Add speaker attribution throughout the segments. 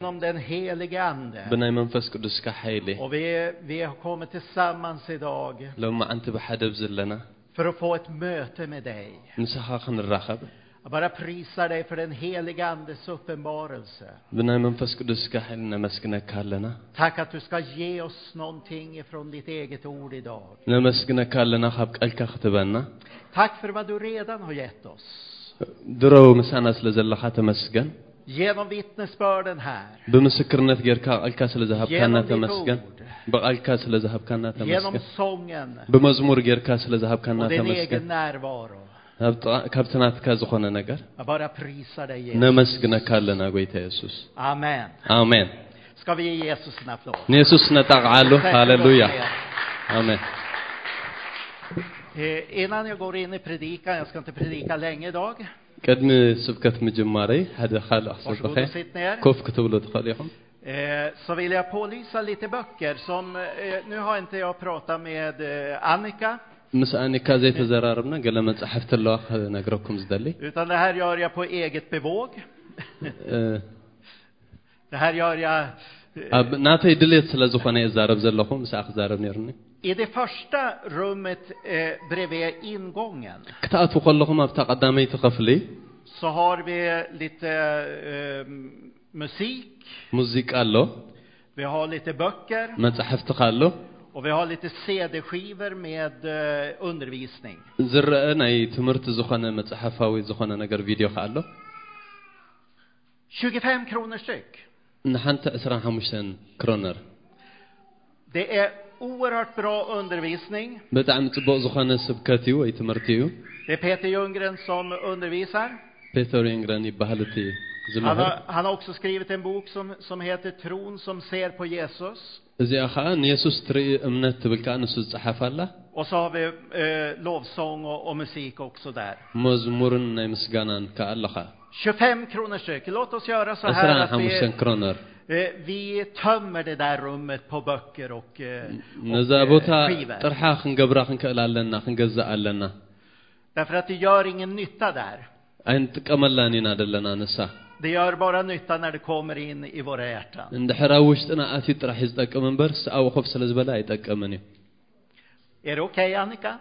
Speaker 1: genom den helige Ande.
Speaker 2: بناي መንፈስ ቅዱስ ካ ሓይሊ
Speaker 1: Och vi, vi har kommit tillsammans idag
Speaker 2: ሎሚ መዓንቲ ብሓደብ ዘለና
Speaker 1: för att få ett möte med dig.
Speaker 2: ንስኻ ክንራኸብ
Speaker 1: Jag bara prisar dig för den helige Andes uppenbarelse.
Speaker 2: ብናይ መንፈስ ቅዱስ ካ ሓይሊ ነመስግነካ ኣለና
Speaker 1: Tack att du ska ge oss någonting ifrån ditt eget ord idag.
Speaker 2: ነመስግነካ ኣለና ካብ ቃልካ ክትበና
Speaker 1: Tack för vad du redan har gett oss.
Speaker 2: ድሮ ምሳና ስለ ዘለኻ ተመስገን
Speaker 1: Genom vittnesbörden här.
Speaker 2: ብምስክርነት ጌርካ ቃልካ ስለ ዝሃብካና
Speaker 1: የመንፈስ
Speaker 2: ተመስገን
Speaker 1: ቅዱስ.
Speaker 2: ብቃልካ ስለ ዝሃብካና
Speaker 1: Genom
Speaker 2: ተመስገን
Speaker 1: sången.
Speaker 2: ብመዝሙር ጌርካ ስለ ዝሃብካና
Speaker 1: Och din
Speaker 2: ተመስገን
Speaker 1: egen närvaro.
Speaker 2: ናብ ጥቓ- ካብቲ ናትካ ዝኾነ ነገር
Speaker 1: Jag bara prisar dig Jesus.
Speaker 2: ነመስግነካ ኣለና ጎይታ የሱስ
Speaker 1: Amen.
Speaker 2: ኣሜን
Speaker 1: Ska vi ge Jesus en applåd?
Speaker 2: ንየሱስ ነጠቕዓሉ
Speaker 1: Sätt er upp
Speaker 2: ሃሌሉያ
Speaker 1: ner.
Speaker 2: ኣሜን
Speaker 1: Eh, Innan jag går in i predikan, jag ska inte predika länge idag.
Speaker 2: ቅድሚ ስብከት ምጅማረይ ሓደ ካልእ
Speaker 1: Varsågod
Speaker 2: ክሰብኸ
Speaker 1: och sitt ner.
Speaker 2: ኮፍ ክትብሉ ትኽእሉ ኢኹም
Speaker 1: Eh, så vill jag pålysa lite böcker som, eh, nu har inte jag pratat med eh, Annika,
Speaker 2: ምስ ኣኒካ ዘይተዘራርብና ገለ መፅሓፍቲ ኣለዋ ክነግረኩም ዝደሊ
Speaker 1: utan det här gör jag på eget bevåg.
Speaker 2: እ፣
Speaker 1: Det här gör jag... eh,
Speaker 2: ኣብ ናተይ ድሌት ስለ ዝኾነ እየ ዛረብ ዘለኹ ምስኣ ክዛረብ ነይሩኒ
Speaker 1: I det första rummet eh, bredvid ingången
Speaker 2: ክትኣትዉ ከለኹም ኣብታ ቀዳመይቲ ክፍሊ
Speaker 1: så har vi lite eh, musik,
Speaker 2: ሙዚቃ ኣሎ
Speaker 1: vi har lite böcker
Speaker 2: መፅሓፍቲ ኣሎ
Speaker 1: och vi har lite CD-skivor med eh, undervisning.
Speaker 2: ዝረአ ናይ ትምህርቲ ዝኾነ መፅሓፋዊ ዝኾነ ነገር ቪድዮ ከ ኣሎ
Speaker 1: 25 kronor styck.
Speaker 2: ንሓንቲ 25 ክሮነር
Speaker 1: Det är oerhört bra undervisning.
Speaker 2: ብጣዕሚ ፅቡቕ ዝኾነ ስብከት እዩ ወይ ትምህርቲ እዩ
Speaker 1: Det är Peter Ljunggren som undervisar.
Speaker 2: ፔተር ዮንግረን ይበሃል እቲ
Speaker 1: Han
Speaker 2: ዝምህር
Speaker 1: har, han har också skrivit en bok som, som heter Tron som ser på Jesus.
Speaker 2: እዚኣ ከዓ ንየሱስ ትርኢ እምነት ትብል ከዓ ንሱ ዝፀሓፍ ኣላ
Speaker 1: Och så har vi eh, lovsång och, och musik också där.
Speaker 2: መዝሙርን ናይ ምስጋናን ከዓ ኣለኻ
Speaker 1: 25 kronor styck. Låt oss göra så här att vi,
Speaker 2: 25 ክሮነር
Speaker 1: eh, vi tömmer det där rummet på böcker och, eh,
Speaker 2: ነዛ
Speaker 1: och eh,
Speaker 2: ቦታ
Speaker 1: skivor.
Speaker 2: ጥርሓ ክንገብራ ክንክእል ኣለና ክንገዛእ ኣለና
Speaker 1: Därför att det gör ingen nytta där.
Speaker 2: ኣይንጥቀመላን ኢና ደለና ንሳ
Speaker 1: Det gör bara nytta när det kommer in i våra hjärtan.
Speaker 2: እንድሕር ኣብ ውሽጥና ኣትዩ ጥራሕ እዩ ዝጠቅም እምበር ሰብኣዊ ኮፍ ስለ ዝበለ ኣይጠቅምን እዩ
Speaker 1: Är det okej, Annika?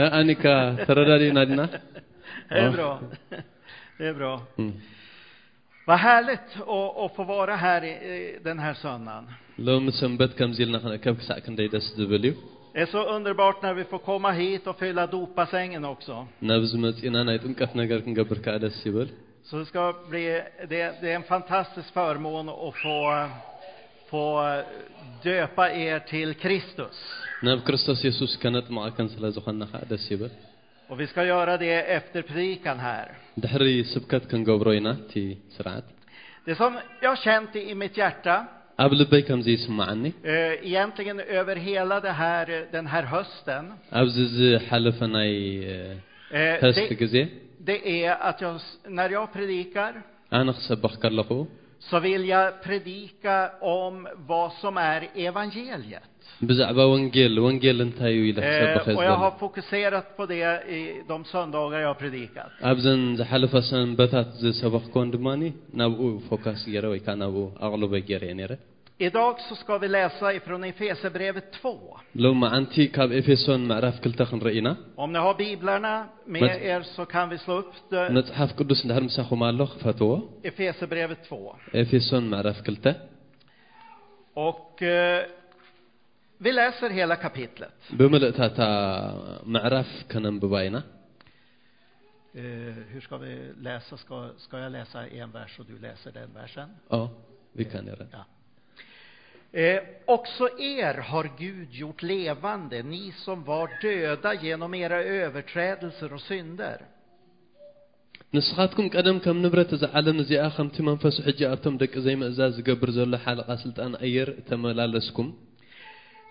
Speaker 2: እ፣ ኣኒካ ተረዳድዩና ድና
Speaker 1: Det är
Speaker 2: Ja.
Speaker 1: bra. Det är bra.
Speaker 2: እም፣
Speaker 1: Vad härligt att, att få vara här i, i den här söndagen.
Speaker 2: ሎሚ ሰንበት ከምዚ ኢልና ክንእከብ ክሳዕ ክንደይ ደስ ዝብል እዩ
Speaker 1: Det är så underbart när vi får komma hit och fylla dopasängen också.
Speaker 2: ናብዚ መፂና ናይ ጥምቀት ነገር ክንገብር ከዓ ደስ ይብል
Speaker 1: Så det ska bli, det, det är en fantastisk förmån att få, få döpa er till Kristus.
Speaker 2: ናብ ክርስቶስ የሱስ ከነጥምቐከን ስለ ዝኾና ከዓ ደስ ይብል
Speaker 1: Och vi ska göra det efter predikan här.
Speaker 2: ድሕሪ ስብከት ክንገብሮ ኢና እቲ ስርዓት
Speaker 1: Det som jag har känt i mitt hjärta,
Speaker 2: ኣብ ልበይ ከምዚ ይስማዓኒ
Speaker 1: eh, egentligen över hela det här, den här hösten,
Speaker 2: ኣብዚ ዝሓለፈ ናይ እ፣
Speaker 1: eh,
Speaker 2: ፈስቲ
Speaker 1: det,
Speaker 2: ግዜ
Speaker 1: det är att jag, s- när jag predikar
Speaker 2: ኣነ ክሰብኽ ከለኹ
Speaker 1: så vill jag predika om vad som är evangeliet.
Speaker 2: ብዛዕባ ወንጌል ወንጌል እንታይ እዩ ኢለ ክሰብኽ
Speaker 1: Eh,
Speaker 2: እየ
Speaker 1: och jag har
Speaker 2: ዝደሊ
Speaker 1: fokuserat på det i de söndagar jag har predikat.
Speaker 2: ኣብዘን ዝሓለፈ ሰንበታት ዝሰበኽኮን ድማኒ ናብኡ ፎካስ ገይረ ወይ ከዓ ናብኡ ኣቕልበ ገይረ እየ ነይረ
Speaker 1: Idag så ska vi läsa ifrån Efesierbrevet 2.
Speaker 2: ሎም መዓንቲ ካብ ኤፌሶን ምዕራፍ ክልተ ክንርኢ ኢና
Speaker 1: Om ni har biblarna med
Speaker 2: Men-
Speaker 1: er så kan vi slå upp det-
Speaker 2: መፅሓፍ ቅዱስ እንድሕር ምሳኹም ኣሎ ክፈትዎ
Speaker 1: Efesierbrevet 2.
Speaker 2: ኤፌሶን ምዕራፍ ክልተ
Speaker 1: Och eh, vi läser hela kapitlet.
Speaker 2: ብምልእታ እታ ምዕራፍ ከነንብባ ኢና
Speaker 1: Eh, hur ska vi läsa? Ska, ska jag läsa en vers och du läser den versen?
Speaker 2: ኦ ቢካ ነረ
Speaker 1: Ja. Eh, också er har Gud gjort levande, ni som var döda genom era överträdelser och synder.
Speaker 2: ንስኻትኩም ቀደም ከም ንብረት እዛ ዓለም እዚኣ ከምቲ መንፈሱ ሕጂ ኣብቶም ደቂ ዘይምእዛዝ ዝገብር ዘሎ ሓለቓ ስልጣን ኣየር ተመላለስኩም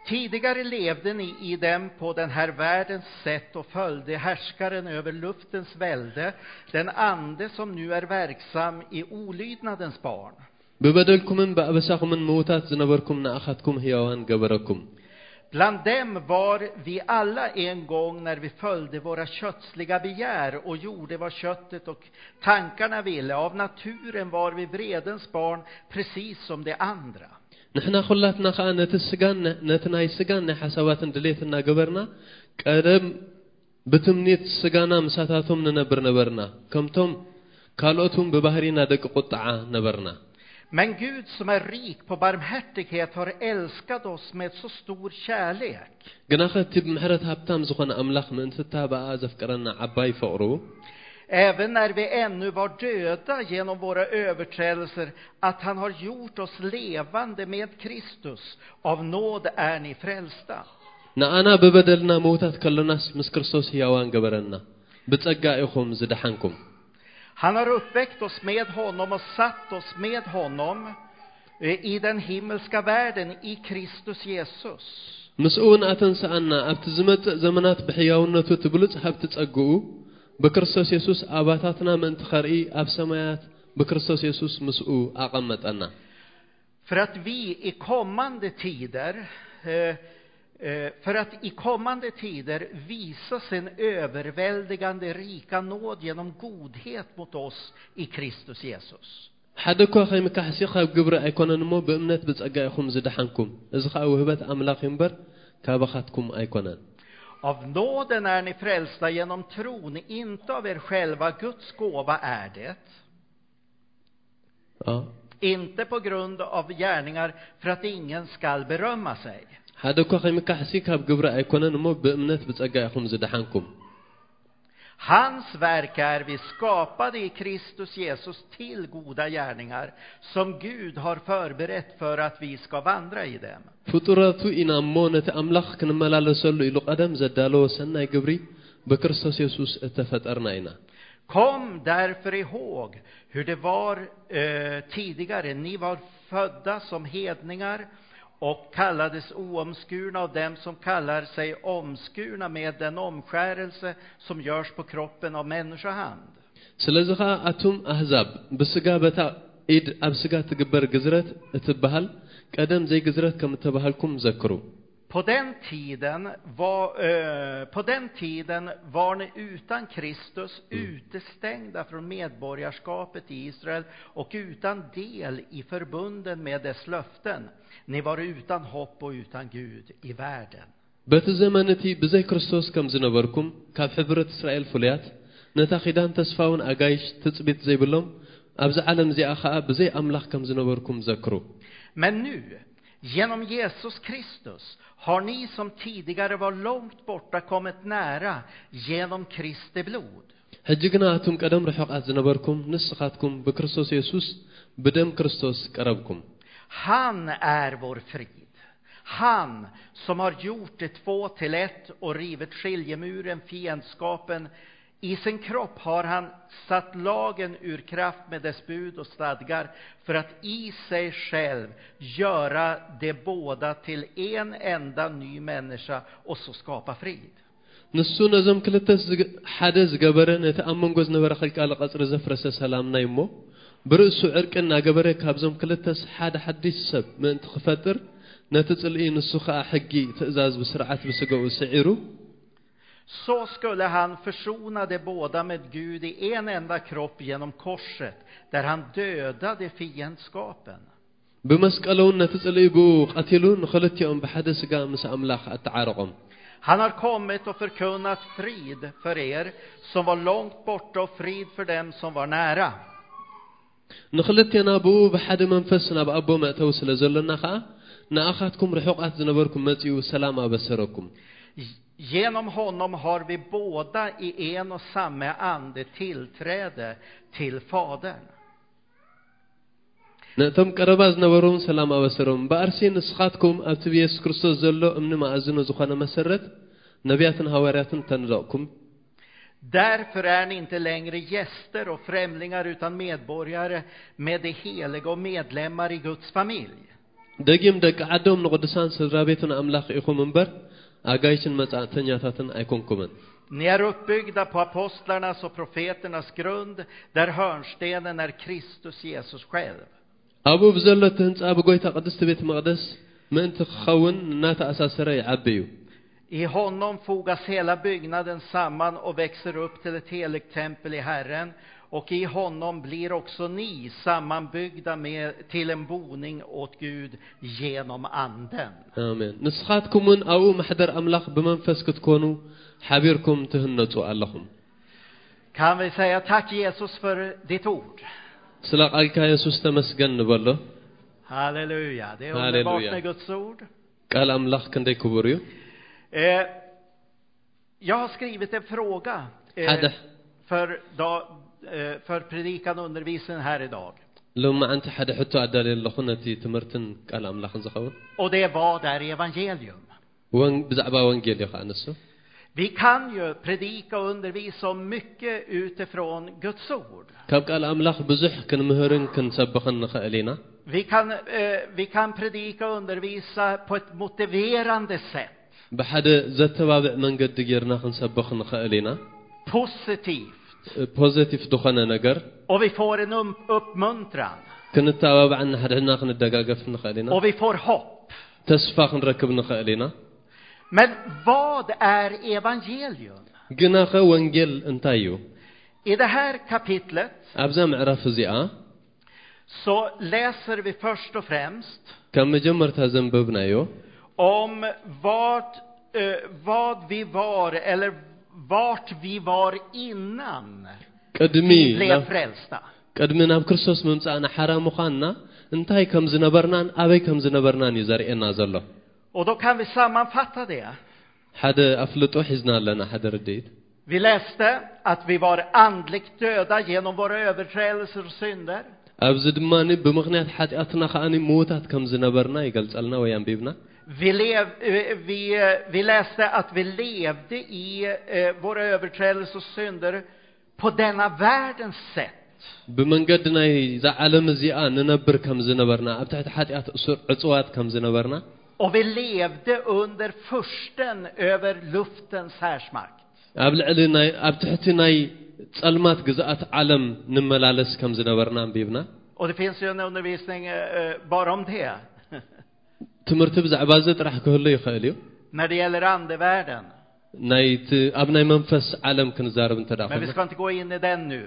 Speaker 1: Tidigare levde ni i dem på den här världens sätt och följde härskaren över luftens välde, den ande som nu är verksam i olydnadens barn.
Speaker 2: ብበደልኩምን ብኣበሳኹምን ምዉታት ዝነበርኩም ንኣኻትኩም ህያዋን ገበረኩም
Speaker 1: Bland dem var vi alla en gång när vi följde våra kötsliga begär och gjorde vad köttet och tankarna ville. Av naturen var vi vredens barn, precis som de andra.
Speaker 2: ንሕና ኩላትና ከዓ ነቲ ስጋን ነቲ ናይ ስጋን ናይ ሓሳባትን ድሌት እናገበርና ቀደም ብትምኒት ስጋና ምሳታቶም ንነብር ነበርና ከምቶም ካልኦት እውን ብባህሪና ደቂ ቁጥዓ ነበርና
Speaker 1: Men Gud som är rik på barmhärtighet har älskat oss med så stor kärlek.
Speaker 2: ግናኸ እቲ ብምሕረት ሃብታም ዝኾነ ኣምላኽ ምእንትታ ብኣ ዘፍቀረና ዓባይ ፍቕሩ
Speaker 1: Även när vi ännu var döda genom våra överträdelser, att han har gjort oss levande med Kristus. Av nåd är ni frälsta.
Speaker 2: ንኣና ብበደልና ምውታት ከሎናስ ምስ ክርስቶስ ህያዋን ገበረና ብጸጋ ኢኹም ዝደሓንኩም
Speaker 1: Han har uppväckt oss med honom och satt oss med honom eh, i den himmelska världen, i Kristus Jesus.
Speaker 2: ምስኡ እውን ኣተንስኣና ኣብቲ ዝመጽእ ዘመናት ብሕያውነቱ እቲ ብሉፅ ሃብቲ ጸጉኡ ብክርስቶስ የሱስ ኣባታትና ምእንቲ ኸርኢ ኣብ ሰማያት ብክርስቶስ የሱስ ምስኡ ኣቐመጠና
Speaker 1: För att vi i kommande tider eh, eh, för att i kommande tider visa sin överväldigande rika nåd genom godhet mot oss i Kristus Jesus.
Speaker 2: ሓደ እኳ ኸይምካሕሲ ካብ ግብሪ ኣይኮነን እሞ ብእምነት ብጸጋ ኢኹም ዝደሓንኩም እዚ ኸዓ ውህበት ኣምላኽ እዩ እምበር ካባኻትኩም ኣይኮነን
Speaker 1: Av nåden är ni frälsta genom tron, inte av er själva. Guds gåva är det.
Speaker 2: አ-
Speaker 1: Inte på grund av gärningar för att ingen skall berömma sig.
Speaker 2: ሓደ እኳ ኸይምካሕሲ ካብ ግብሪ ኣይኮነን እሞ ብእምነት ብጸጋ ኢኹም ዝደሓንኩም
Speaker 1: Hans verk är vi skapade i Kristus Jesus till goda gärningar som Gud har förberett för att vi ska vandra i dem.
Speaker 2: ፍጡረቱ ኢና እሞ ነቲ ኣምላኽ ክንመላለሰሉ ኢሉ ቀደም ዘዳለዎ ሰናይ ግብሪ ብክርስቶስ የሱስ እተፈጠርና ኢና
Speaker 1: Kom därför ihåg hur det var eh, tidigare. Ni var födda som hedningar och kallades oomskurna av dem som kallar sig omskurna med den omskärelse som görs på kroppen av människohand.
Speaker 2: ስለዚ ከዓ ኣቱም ኣህዛብ ብስጋ በታ ኢድ ኣብ ስጋ ትግበር ግዝረት እትበሃል ቀደም ዘይግዝረት ከም እተባሃልኩም ዘክሩ
Speaker 1: På den, tiden var, eh, på den tiden var ni utan Kristus utestängda från medborgarskapet i Israel och utan del i förbunden med dess löften. Ni var utan hopp och utan Gud i världen.
Speaker 2: በቲ ዘመን እቲ ብዘይ ክርስቶስ ከም ዝነበርኩም ካብ ሕብረት እስራኤል ፍሉያት ነታ ኺዳን ተስፋውን ኣጋይሽ ትፅቢት ዘይብሎም ኣብዚ ዓለም እዚኣ ከዓ ብዘይ ኣምላኽ ከም ዝነበርኩም ዘክሩ
Speaker 1: Men nu, genom Jesus Kristus, har ni som tidigare var långt borta kommit nära genom Kristi blod.
Speaker 2: ሕጂ ግና እቱም ቀደም ርሑቓት ዝነበርኩም ንስኻትኩም ብክርስቶስ የሱስ ብደም ክርስቶስ ቀረብኩም
Speaker 1: Han är vår frid. Han som har gjort det två till ett och rivit skiljemuren, fiendskapen. I sin kropp har han satt lagen ur kraft med dess bud och stadgar för att i sig själv göra de båda till en enda ny människa och så skapa frid.
Speaker 2: ንሱ ነዞም ክልተ ዝግ- ሓደ ዝገበረ ነቲ ኣብ መንጎ ዝነበረ ክልቃል ቐፅሪ ዘፍረሰ ሰላምናይ እሞ ብርእሱ ዕርቂ እናገበረ ካብዞም ክልተስ ሓደ ሓዲስ ሰብ ምእንቲ ክፈጥር ነቲ ጽልኢ ንሱ ከዓ ሕጊ ትእዛዝ ብስርዓት ብስገኡ ስዒሩ
Speaker 1: Så skulle han försona de båda med Gud i en enda kropp genom korset, där han dödade fiendskapen.
Speaker 2: ብመስቀል እውን ነቲ ጽልኢ ብኡ ቐቲሉ ንኽልቲኦም ብሓደ ስጋ ምስ ኣምላኽ ኣተዓረቖም
Speaker 1: Han har kommit och förkunnat frid för er som var långt borta och frid för dem som var nära.
Speaker 2: ንኽልቴና ብኡ ብሓደ መንፈስ ናብ ኣቦ መእተው ስለ ዘለና ከዓ ንኣኻትኩም ርሑቓት ዝነበርኩም መጺኡ ሰላም ኣበሰረኩም
Speaker 1: Genom honom har vi båda i en och samma ande tillträde till Fadern.
Speaker 2: ነቶም ቀረባ ዝነበሮም ሰላም ኣበሰሮም በኣርሲ ንስኻትኩም ኣብቲ ብየሱስ ክርስቶስ ዘሎ እምኒ ማእዝኑ ዝኾነ መሰረት ነቢያትን ሃዋርያትን ተንደቕኩም
Speaker 1: Därför är ni inte längre gäster och främlingar utan medborgare med de heliga och medlemmar i Guds familj.
Speaker 2: ደጊም ደቂ ዓዶም ንቕዱሳን ስድራ ቤትን ኣምላኽ ኢኹም እምበር ኣጋይሽን መጻእተኛታትን ኣይኮንኩምን
Speaker 1: Ni är uppbyggda på apostlarnas och profeternas grund, där hörnstenen är Kristus Jesus själv.
Speaker 2: ኣብኡ ብዘሎ እቲ ህንፃ ብጎይታ ቅድስቲ ቤተ መቕደስ ምእንቲ ክኸውን እናተኣሳሰረ ይዓቢ እዩ
Speaker 1: I honom fogas hela byggnaden samman och växer upp till ett heligt tempel i Herren, och i honom blir också ni sammanbyggda med, till en boning åt Gud genom Anden.
Speaker 2: ኣሜን ንስኻትኩም እውን ኣብኡ ማሕደር ኣምላኽ ብመንፈስ ክትኮኑ ሓቢርኩም ትህነፁ ኣለኹም
Speaker 1: Kan vi säga tack Jesus för ditt ord?
Speaker 2: ስለ ቃልካ የሱስ ተመስገን ንበሎ
Speaker 1: Halleluja, det är
Speaker 2: Halleluja.
Speaker 1: underbart med Guds ord.
Speaker 2: ቃል ኣምላኽ ክንደይ ክቡር እዩ
Speaker 1: Eh, jag har skrivit en fråga eh,
Speaker 2: Hade.
Speaker 1: för, dag, eh, för predikan och undervisningen här idag.
Speaker 2: ሎማዓንቲ ሓደ ሕቶ ኣዳልየ ኣለኹ ነቲ ትምህርትን ቃል ኣምላኽን ዝኸውን
Speaker 1: Och det var där evangelium.
Speaker 2: ወን- ብዛዕባ ወንጌል እዩ ከዓ ንሱ
Speaker 1: Vi kan ju predika och undervisa om mycket utifrån Guds ord.
Speaker 2: ካብ ቃል ኣምላኽ ብዙሕ ክንምህርን ክንሰብኽን ንኽእል ኢና
Speaker 1: Vi kan, eh, vi kan predika och undervisa på ett motiverande sätt,
Speaker 2: ብሓደ ዘተባብዕ መንገዲ ጌርና ክንሰብኽ ንኽእል ኢና
Speaker 1: positivt,
Speaker 2: እ፣ ፖዘቲቭ ዝኾነ ነገር
Speaker 1: och vi får en um- uppmuntran,
Speaker 2: ክንተባብዕ ንሓድሕና ክንደጋገፍ ንኽእል ኢና
Speaker 1: och vi får hopp.
Speaker 2: ተስፋ ክንረክብ ንኽእል ኢና
Speaker 1: Men vad är evangelium?
Speaker 2: ግናኸ ወንጌል እንታይ እዩ
Speaker 1: I det här kapitlet
Speaker 2: ኣብዛ ምዕራፍ እዚኣ
Speaker 1: så läser vi först och främst
Speaker 2: ካብ መጀመርታ ዘንበብናዮ
Speaker 1: om vart, eh, vad vi var, eller vart vi var innan
Speaker 2: ቅድሚ
Speaker 1: vi blev
Speaker 2: ናብ-
Speaker 1: frälsta.
Speaker 2: ቅድሚ ናብ ክርስቶስ ምምፃእና ሓራ ምዃንና እንታይ ከም ዝነበርናን ኣበይ ከም ዝነበርናን እዩ ዘርእየና ዘሎ
Speaker 1: Och då kan vi sammanfatta det.
Speaker 2: ሓደ ኣፍልጦ ሒዝና ኣለና ሓደ ርድኢት
Speaker 1: Vi läste att vi var andligt döda genom våra överträdelser och synder.
Speaker 2: ኣብዚ ድማኒ ብምኽንያት ሓጢኣትና ከዓኒ ምዉታት ከም ዝነበርና ይገልጸልና ወይ ኣንቢብና
Speaker 1: Vi, lev, eh, vi, eh, vi läste att vi levde i eh, våra överträdelser och synder på denna världens sätt.
Speaker 2: ብመንገዲ ናይ እዛ ዓለም እዚኣ ንነብር ከም ዝነበርና ኣብ ትሕቲ ሓጢኣት እሱር ዕፅዋት ከም ዝነበርና
Speaker 1: Och vi levde under försten över luftens härsmakt.
Speaker 2: ኣብ ልዕሊ ናይ ኣብ ትሕቲ ናይ ጸልማት ግዝኣት ዓለም ንመላለስ ከም ዝነበርና ኣንቢብና
Speaker 1: Och det finns ju en undervisning eh, eh, bara om det,
Speaker 2: ትምህርቲ ብዛዕባ እዚ ጥራሕ ክህሉ ይኽእል እዩ
Speaker 1: när det gäller andevärlden.
Speaker 2: ናይቲ ኣብ ናይ መንፈስ ዓለም ክንዛረብ እንተ ደኣ
Speaker 1: Men vi
Speaker 2: ኮይና
Speaker 1: ska inte gå in i den nu.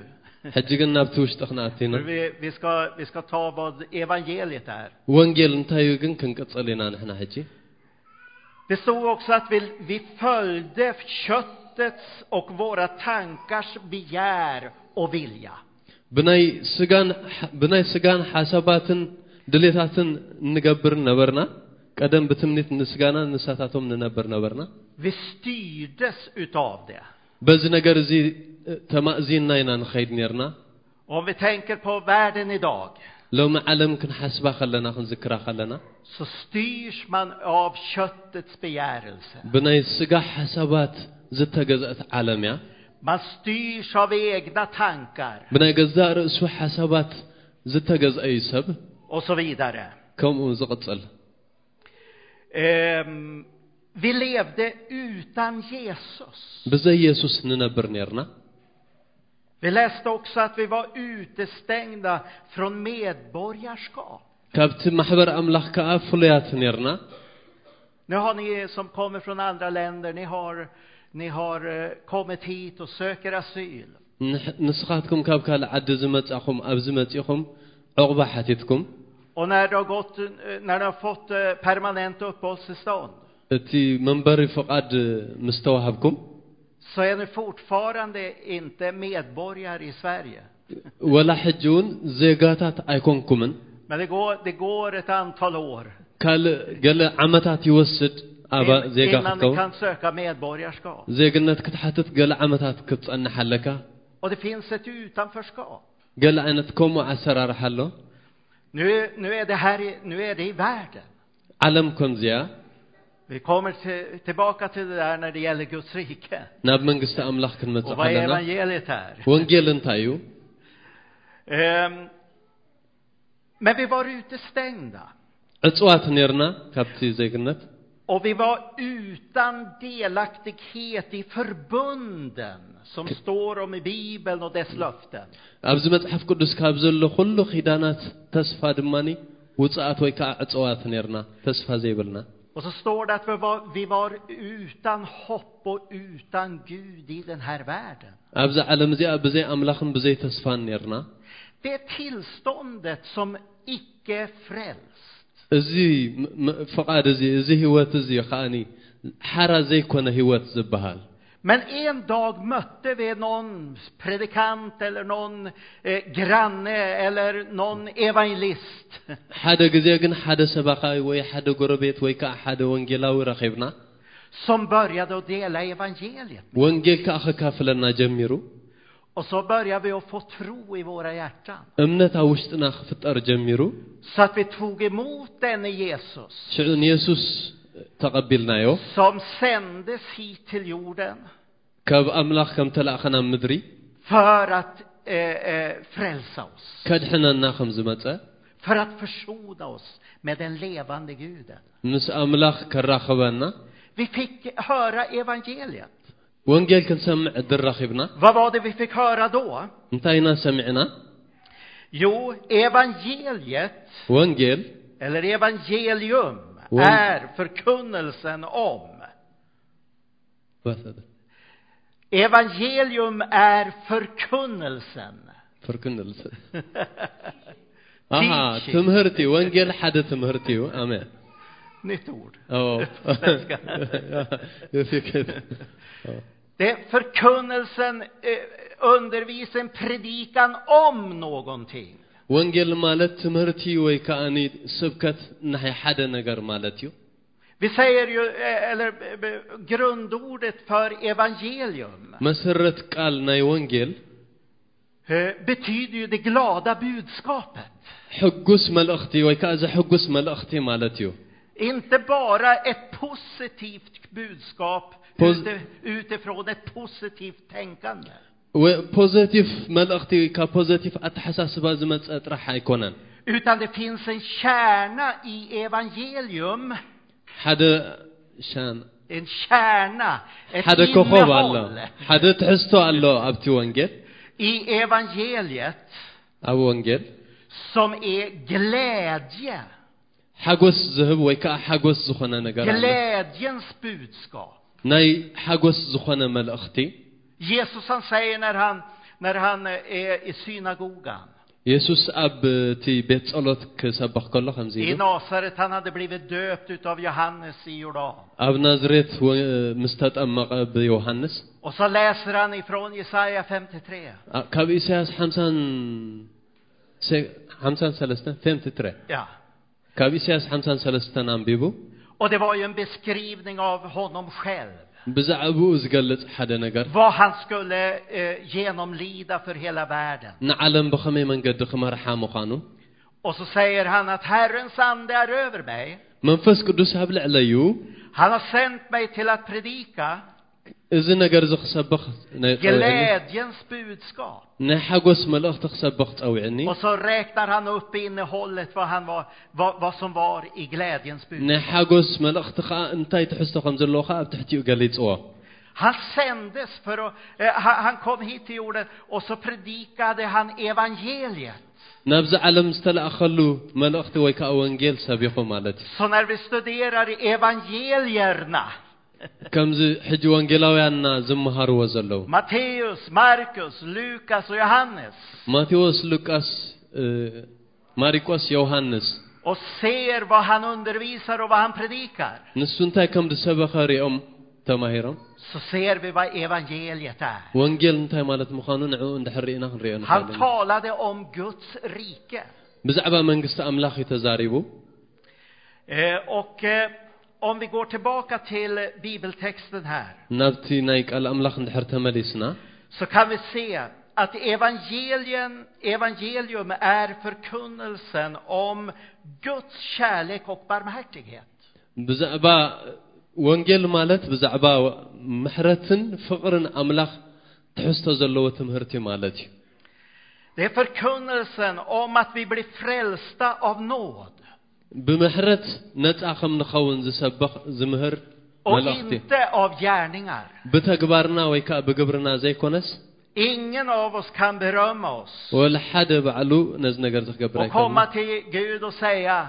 Speaker 2: ሕጂ ግን ናብቲ ውሽጢ ክንኣትና
Speaker 1: För vi, vi, ska, vi ska ta vad evangeliet är.
Speaker 2: ወንጌል እንታይ እዩ ግን ክንቅጽል ኢና ንሕና ሕጂ
Speaker 1: Det stod också att vi, vi följde köttets och våra tankars begär och vilja.
Speaker 2: ብናይ ስጋን ብናይ ስጋን ሓሳባትን ድሌታትን ንገብር ነበርና ቀደም ብትምኒት ንስጋና ንሳታቶም ንነብር ነበርና
Speaker 1: Vi styrdes utav det.
Speaker 2: በዚ ነገር እዚ እ፣ ተማእዚና ኢና ንኸይድ ነርና
Speaker 1: Om vi tänker på världen idag
Speaker 2: ሎሚ ዓለም ክንሓስባ ከለና ክንዝክራ ከለና
Speaker 1: så styrs man av köttets begärelse.
Speaker 2: ብናይ ስጋ ሓሳባት ዝተገዝአት ዓለም እያ
Speaker 1: Man styrs av egna tankar
Speaker 2: ብናይ ገዛእ ርእሱ ሓሳባት ዝተገዝአ እዩ ሰብ
Speaker 1: och så vidare.
Speaker 2: ከምኡ ዝቕፅል
Speaker 1: Ehm, vi levde utan Jesus.
Speaker 2: ብዘይ ኢየሱስ ንነብር ነርና
Speaker 1: Vi läste också att vi var utestängda från medborgarskap.
Speaker 2: ካብቲ ማሕበር ኣምላኽ ከዓ ፍሉያት ነርና
Speaker 1: Nu har ni som kommer från andra länder, ni har, ni har eh, kommit hit och söker asyl.
Speaker 2: ንሕ- ንስኻትኩም ካብ ካልእ ዓዲ ዝመጻኹም ኣብዚ መጺኹም ዕቑባ ሓቲትኩም
Speaker 1: Och när du har, gått, eh, när du har fått eh, permanent uppehållstillstånd
Speaker 2: እቲ መንበሪ ፍቓድ እ፣ ምስ ተዋሃብኩም
Speaker 1: så är ni fortfarande inte medborgare i Sverige.
Speaker 2: ወላ ሕጂ እውን ዜጋታት ኣይኮንኩምን
Speaker 1: Men det går, det går ett antal år
Speaker 2: ካልእ ገለ ዓመታት ይወስድ ኣባ
Speaker 1: in-
Speaker 2: ዜጋ
Speaker 1: innan ni
Speaker 2: ክትከውን
Speaker 1: kan söka medborgarskap.
Speaker 2: ዜግነት ክትሓትት ገለ ዓመታት ክትጸንሕ ኣለካ
Speaker 1: Och det finns ett utanförskap.
Speaker 2: ገለ ዓይነት ከምኡ ኣሰራርሓ ኣሎ
Speaker 1: Nu, nu, är det här i, nu är det i världen.
Speaker 2: ዓለም ከምዚኣ
Speaker 1: Vi kommer till, tillbaka till det där när det gäller Guds rike.
Speaker 2: ናብ መንግስቲ ኣምላኽ ክንመጽእ
Speaker 1: Och vad är
Speaker 2: ከለና
Speaker 1: evangeliet här?
Speaker 2: ወንጌል እንታይ እዩ
Speaker 1: Ehm, men vi var utestängda.
Speaker 2: ዕፅዋት ነርና ካብቲ ዜግነት
Speaker 1: Och vi var utan delaktighet i förbunden som står om i Bibeln och dess löften.
Speaker 2: ኣብዚ መጽሓፍ ቅዱስ ካብ ዘሎ ኩሉ ኺዳናት ተስፋ ድማኒ ውፅኣት ወይ ከዓ ዕፅዋት ነርና ተስፋ ዘይብልና
Speaker 1: Och så står det att vi var, vi var utan hopp och utan Gud i den här världen.
Speaker 2: ኣብዚ ዓለም እዚኣ ብዘይ ኣምላኽን ብዘይ ተስፋን ነርና
Speaker 1: Det är tillståndet som icke frälst.
Speaker 2: እዚ ም- ም- ፍቓድ እዚ እዚ ህይወት እዚ ከዓኒ ሓራ ዘይኮነ ህይወት ዝበሃል
Speaker 1: Men en dag mötte vi någon predikant eller någon eh, granne eller någon evangelist.
Speaker 2: ሓደ ግዜ ግን ሓደ ሰባኻይ ወይ ሓደ ጎረቤት ወይ ከዓ ሓደ ወንጌላዊ ረኺብና
Speaker 1: som började att dela evangeliet.
Speaker 2: ወንጌል ከዓ ክካፍለና ጀሚሩ
Speaker 1: Och så började vi att få tro i våra hjärtan.
Speaker 2: እምነት ኣብ ውሽጥና ክፍጠር ጀሚሩ
Speaker 1: Så att vi tog emot denne Jesus,
Speaker 2: ሽዑ ንየሱስ ተቐቢልናዮ
Speaker 1: som sändes hit till jorden
Speaker 2: ካብ ኣምላኽ ከም ተላእኸና ምድሪ
Speaker 1: för att eh, eh, frälsa oss,
Speaker 2: ከድሕነና ከም ዝመፀ
Speaker 1: för att försona oss med den levande guden.
Speaker 2: ምስ ኣምላኽ ከራኸበና
Speaker 1: Vi fick höra evangeliet.
Speaker 2: ወንጌል ክንሰምዕ ዕድል ረኺብና
Speaker 1: Vad var det vi fick höra då?
Speaker 2: እንታይ ኢና ሰሚዕና
Speaker 1: Jo, evangeliet,
Speaker 2: ወንጌል
Speaker 1: eller evangelium,
Speaker 2: Och-
Speaker 1: är förkunnelsen om Evangelium är förkunnelsen.
Speaker 2: ፍርክንልስ ኣሃ
Speaker 1: Teaching.
Speaker 2: ትምህርቲ ወንጌል ሓደ ትምህርቲ እዩ ኣሜን
Speaker 1: Nytt ord.
Speaker 2: ኣዎ
Speaker 1: Svenska.
Speaker 2: Jag fick ett. Ja.
Speaker 1: Det är förkunnelsen, eh, undervisning, predikan om någonting.
Speaker 2: ወንጌል ማለት ትምህርቲ ወይ ከዓኒ ስብከት ናይ ሓደ ነገር ማለት እዩ
Speaker 1: Vi säger ju, eh, eller eh, b- grundordet för evangelium
Speaker 2: መሰረት ቃል ናይ ወንጌል
Speaker 1: eh, betyder ju det glada budskapet.
Speaker 2: ሕጉስ መልእኽቲ ወይ ከዓ ዘሕጉስ መልእኽቲ ማለት እዩ
Speaker 1: Inte bara ett positivt budskap
Speaker 2: Pos-
Speaker 1: ute, utifrån ett positivt tänkande.
Speaker 2: ወ- ፖዘቲቭ መልእኽቲ ካብ ፖዘቲቭ ኣተሓሳስባ ዝመፀ ጥራሕ ኣይኮነን
Speaker 1: Utan det finns en kärna i evangelium
Speaker 2: ሓደ ሻን
Speaker 1: en kärna, ett
Speaker 2: ሓደ ኮኸብ ኣሎ
Speaker 1: innehåll
Speaker 2: ሓደ ትሕዝቶ ኣሎ ኣብቲ ወንጌል
Speaker 1: i evangeliet
Speaker 2: ኣብ ወንጌል
Speaker 1: som är glädje,
Speaker 2: ሓጎስ ዝህብ ወይ ከዓ ሓጎስ ዝኾነ ነገር ኣሎ
Speaker 1: glädjens budskap.
Speaker 2: ናይ ሓጎስ ዝኾነ መልእኽቲ
Speaker 1: Jesus han säger när han, när han är i synagogan
Speaker 2: የሱስ ኣብቲ ቤት ጸሎት ክሰብኽ ከሎ ከምዚ
Speaker 1: i
Speaker 2: ኢሉ
Speaker 1: Nasaret, han hade blivit döpt utav Johannes i Jordan.
Speaker 2: ኣብ ናዝሬት ወ- ምስ ተጠመቐ ብዮሃንስ
Speaker 1: Och så läser han ifrån Jesaja 53.
Speaker 2: ኣ- ካብ ኢሳያስ 50 ሴ- 53 ፌምትትረ
Speaker 1: Ja.
Speaker 2: ካብ ኢሳያስ 53 ኣንቢቡ
Speaker 1: Och det var ju en beskrivning av honom själv.
Speaker 2: ብዛዕባኡ ዝገልጽ ሓደ ነገር
Speaker 1: Vad han skulle eh, genomlida för hela världen.
Speaker 2: ንዓለም ብኸመይ መንገዲ ክመርሓ ምዃኑ
Speaker 1: Och så säger han att Herrens ande är över mig.
Speaker 2: መንፈስ ቅዱስ ኣብ ልዕለዩ
Speaker 1: Han har sänt mig till att predika
Speaker 2: እዚ ነገር እዚ ክሰብኽ ናይ ፀውዕኒ
Speaker 1: glädjens budskap.
Speaker 2: ናይ ሓጎስ መልእኽቲ ክሰብኽ ፀዊዕኒ
Speaker 1: Och så räknar han upp innehållet, vad, han var, vad, vad som var i glädjens budskap.
Speaker 2: ናይ ሓጎስ መልእኽቲ ከዓ እንታይ ትሕዝቶ ከም ዘለዎ ከዓ ኣብ ትሕቲኡ ገሊፅዎ
Speaker 1: Han sändes för att, eh, han, han kom hit till jorden och så predikade han evangeliet.
Speaker 2: ናብዚ ዓለም ዝተለኣኸሉ መልእኽቲ ወይ ከዓ ወንጌል ሰቢኹ ማለት እዩ
Speaker 1: Så när vi studerar evangelierna,
Speaker 2: ከምዚ ሕጂ ወንጌላውያንና ዝመሃርዎ ዘለዉ
Speaker 1: Matteus, Markus, Lukas och Johannes,
Speaker 2: ማቴዎስ ሉቃስ እ፣ ማሪቆስ ዮሃንስ
Speaker 1: och ser vad han undervisar och vad han predikar,
Speaker 2: ንሱ እንታይ ከም ዝሰበኸ ሪኦም ተማሂሮም
Speaker 1: så ser vi vad evangeliet är.
Speaker 2: ወንጌል እንታይ ማለት ምዃኑ ንዕኡ እንድሕር ርኢና ክንሪኦ
Speaker 1: Han
Speaker 2: ንኽእል ኢና።
Speaker 1: talade om Guds rike.
Speaker 2: ብዛዕባ መንግስቲ ኣምላኽ እዩ ተዛሪቡ
Speaker 1: Eh, och eh, om vi går tillbaka till bibeltexten här,
Speaker 2: ናብቲ ናይ ቃል ኣምላኽ እንድሕር ተመሊስና
Speaker 1: så kan vi se att evangelien, evangelium är förkunnelsen om Guds kärlek och barmhärtighet.
Speaker 2: ብዛዕባ ወንጌል ማለት ብዛዕባ ምሕረትን ፍቕርን ኣምላኽ ትሕዝቶ ዘለዎ ትምህርቲ ማለት እዩ
Speaker 1: Det är förkunnelsen om att vi blir frälsta av nåd
Speaker 2: ብምሕረት ነፃ ከም ንኸውን ዝሰብኽ ዝምህር
Speaker 1: och
Speaker 2: መልእኽቲ
Speaker 1: inte av gärningar.
Speaker 2: ብተግባርና ወይ ከዓ ብግብርና ዘይኮነስ
Speaker 1: Ingen av oss kan berömma oss
Speaker 2: ወላ ሓደ ባዕሉ ነዚ ነገር ዝክገብር
Speaker 1: och komma
Speaker 2: ኣይከኣልን
Speaker 1: till Gud och säga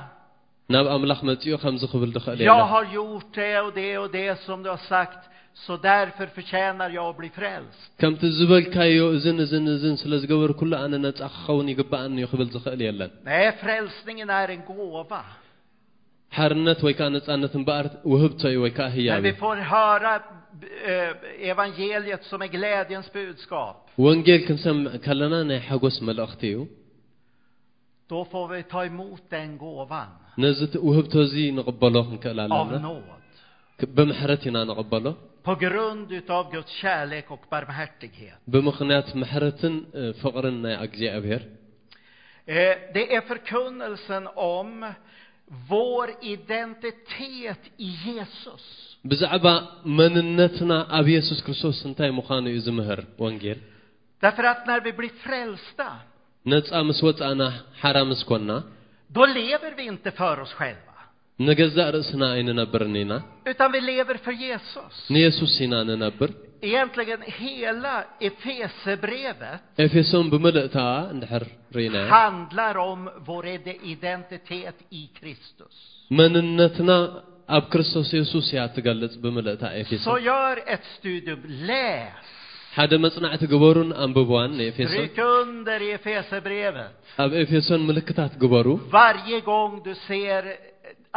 Speaker 2: ናብ ኣምላኽ መፂኡ ከምዚ ክብል ድኽእል
Speaker 1: Jag
Speaker 2: የለን
Speaker 1: har gjort det och det och det som du har sagt, så därför förtjänar jag att bli frälst.
Speaker 2: ከምቲ ዝበልካዮ እዝን እዝን እዝን ስለ ዝገበር ኩሉ ኣነ ነፃ ክኸውን ይግባኣኒ እዩ ክብል ዝኽእል የለን
Speaker 1: Nej, frälsningen är en gåva.
Speaker 2: ሓርነት ወይ ከዓ ነፃነት እምበኣር ውህብቶ እዩ ወይ ከዓ
Speaker 1: Men
Speaker 2: ህያብ
Speaker 1: vi
Speaker 2: እዩ
Speaker 1: får höra eh, evangeliet som är glädjens budskap.
Speaker 2: ወንጌል ክንሰምዕ ከለና ናይ ሓጎስ መልእኽቲ እዩ
Speaker 1: Då får vi ta emot den gåvan
Speaker 2: ነዚ ት- ውህብቶ እዚ ንቕበሎ ክንክእል
Speaker 1: av
Speaker 2: ኣለና
Speaker 1: nåd.
Speaker 2: ክ- ብምሕረት ኢና ንቕበሎ
Speaker 1: På grund utav Guds kärlek och barmhärtighet.
Speaker 2: ብምኽንያት ምሕረትን እ፣ ፍቕርን ናይ እግዚኣብሔር
Speaker 1: Eh, Det är förkunnelsen om vår identitet i Jesus.
Speaker 2: ብዛዕባ መንነትና ኣብ የሱስ ክርስቶስ እንታይ ምዃኑ እዩ ዝምህር ወንጌል
Speaker 1: Därför att när vi blir frälsta,
Speaker 2: ነፃ ምስ ወፃእና ሓራ ምስ ኮና
Speaker 1: då lever vi inte för oss själva,
Speaker 2: ንገዛእ ርእስና ኣይንነብርን ኢና
Speaker 1: utan vi lever för Jesus.
Speaker 2: ንየሱስ ኢና ንነብር
Speaker 1: Egentligen hela Efesebrevet
Speaker 2: ኤፌሶን ብምልእታ እንድሕር ርኢናዮ
Speaker 1: handlar om vår ide- identitet i Kristus.
Speaker 2: መንነትና ኣብ ክርስቶስ የሱስ እያ እትገልፅ ብምልእታ
Speaker 1: Så
Speaker 2: ኤፌሶን
Speaker 1: gör ett studium, läs,
Speaker 2: ሓደ መፅናዕቲ ግበሩን ኣንብብዋን ንኤፌሶን
Speaker 1: stryk under i Efesebrevet.
Speaker 2: ኣብ ኤፌሶን ምልክታት ግበሩ
Speaker 1: Varje gång du ser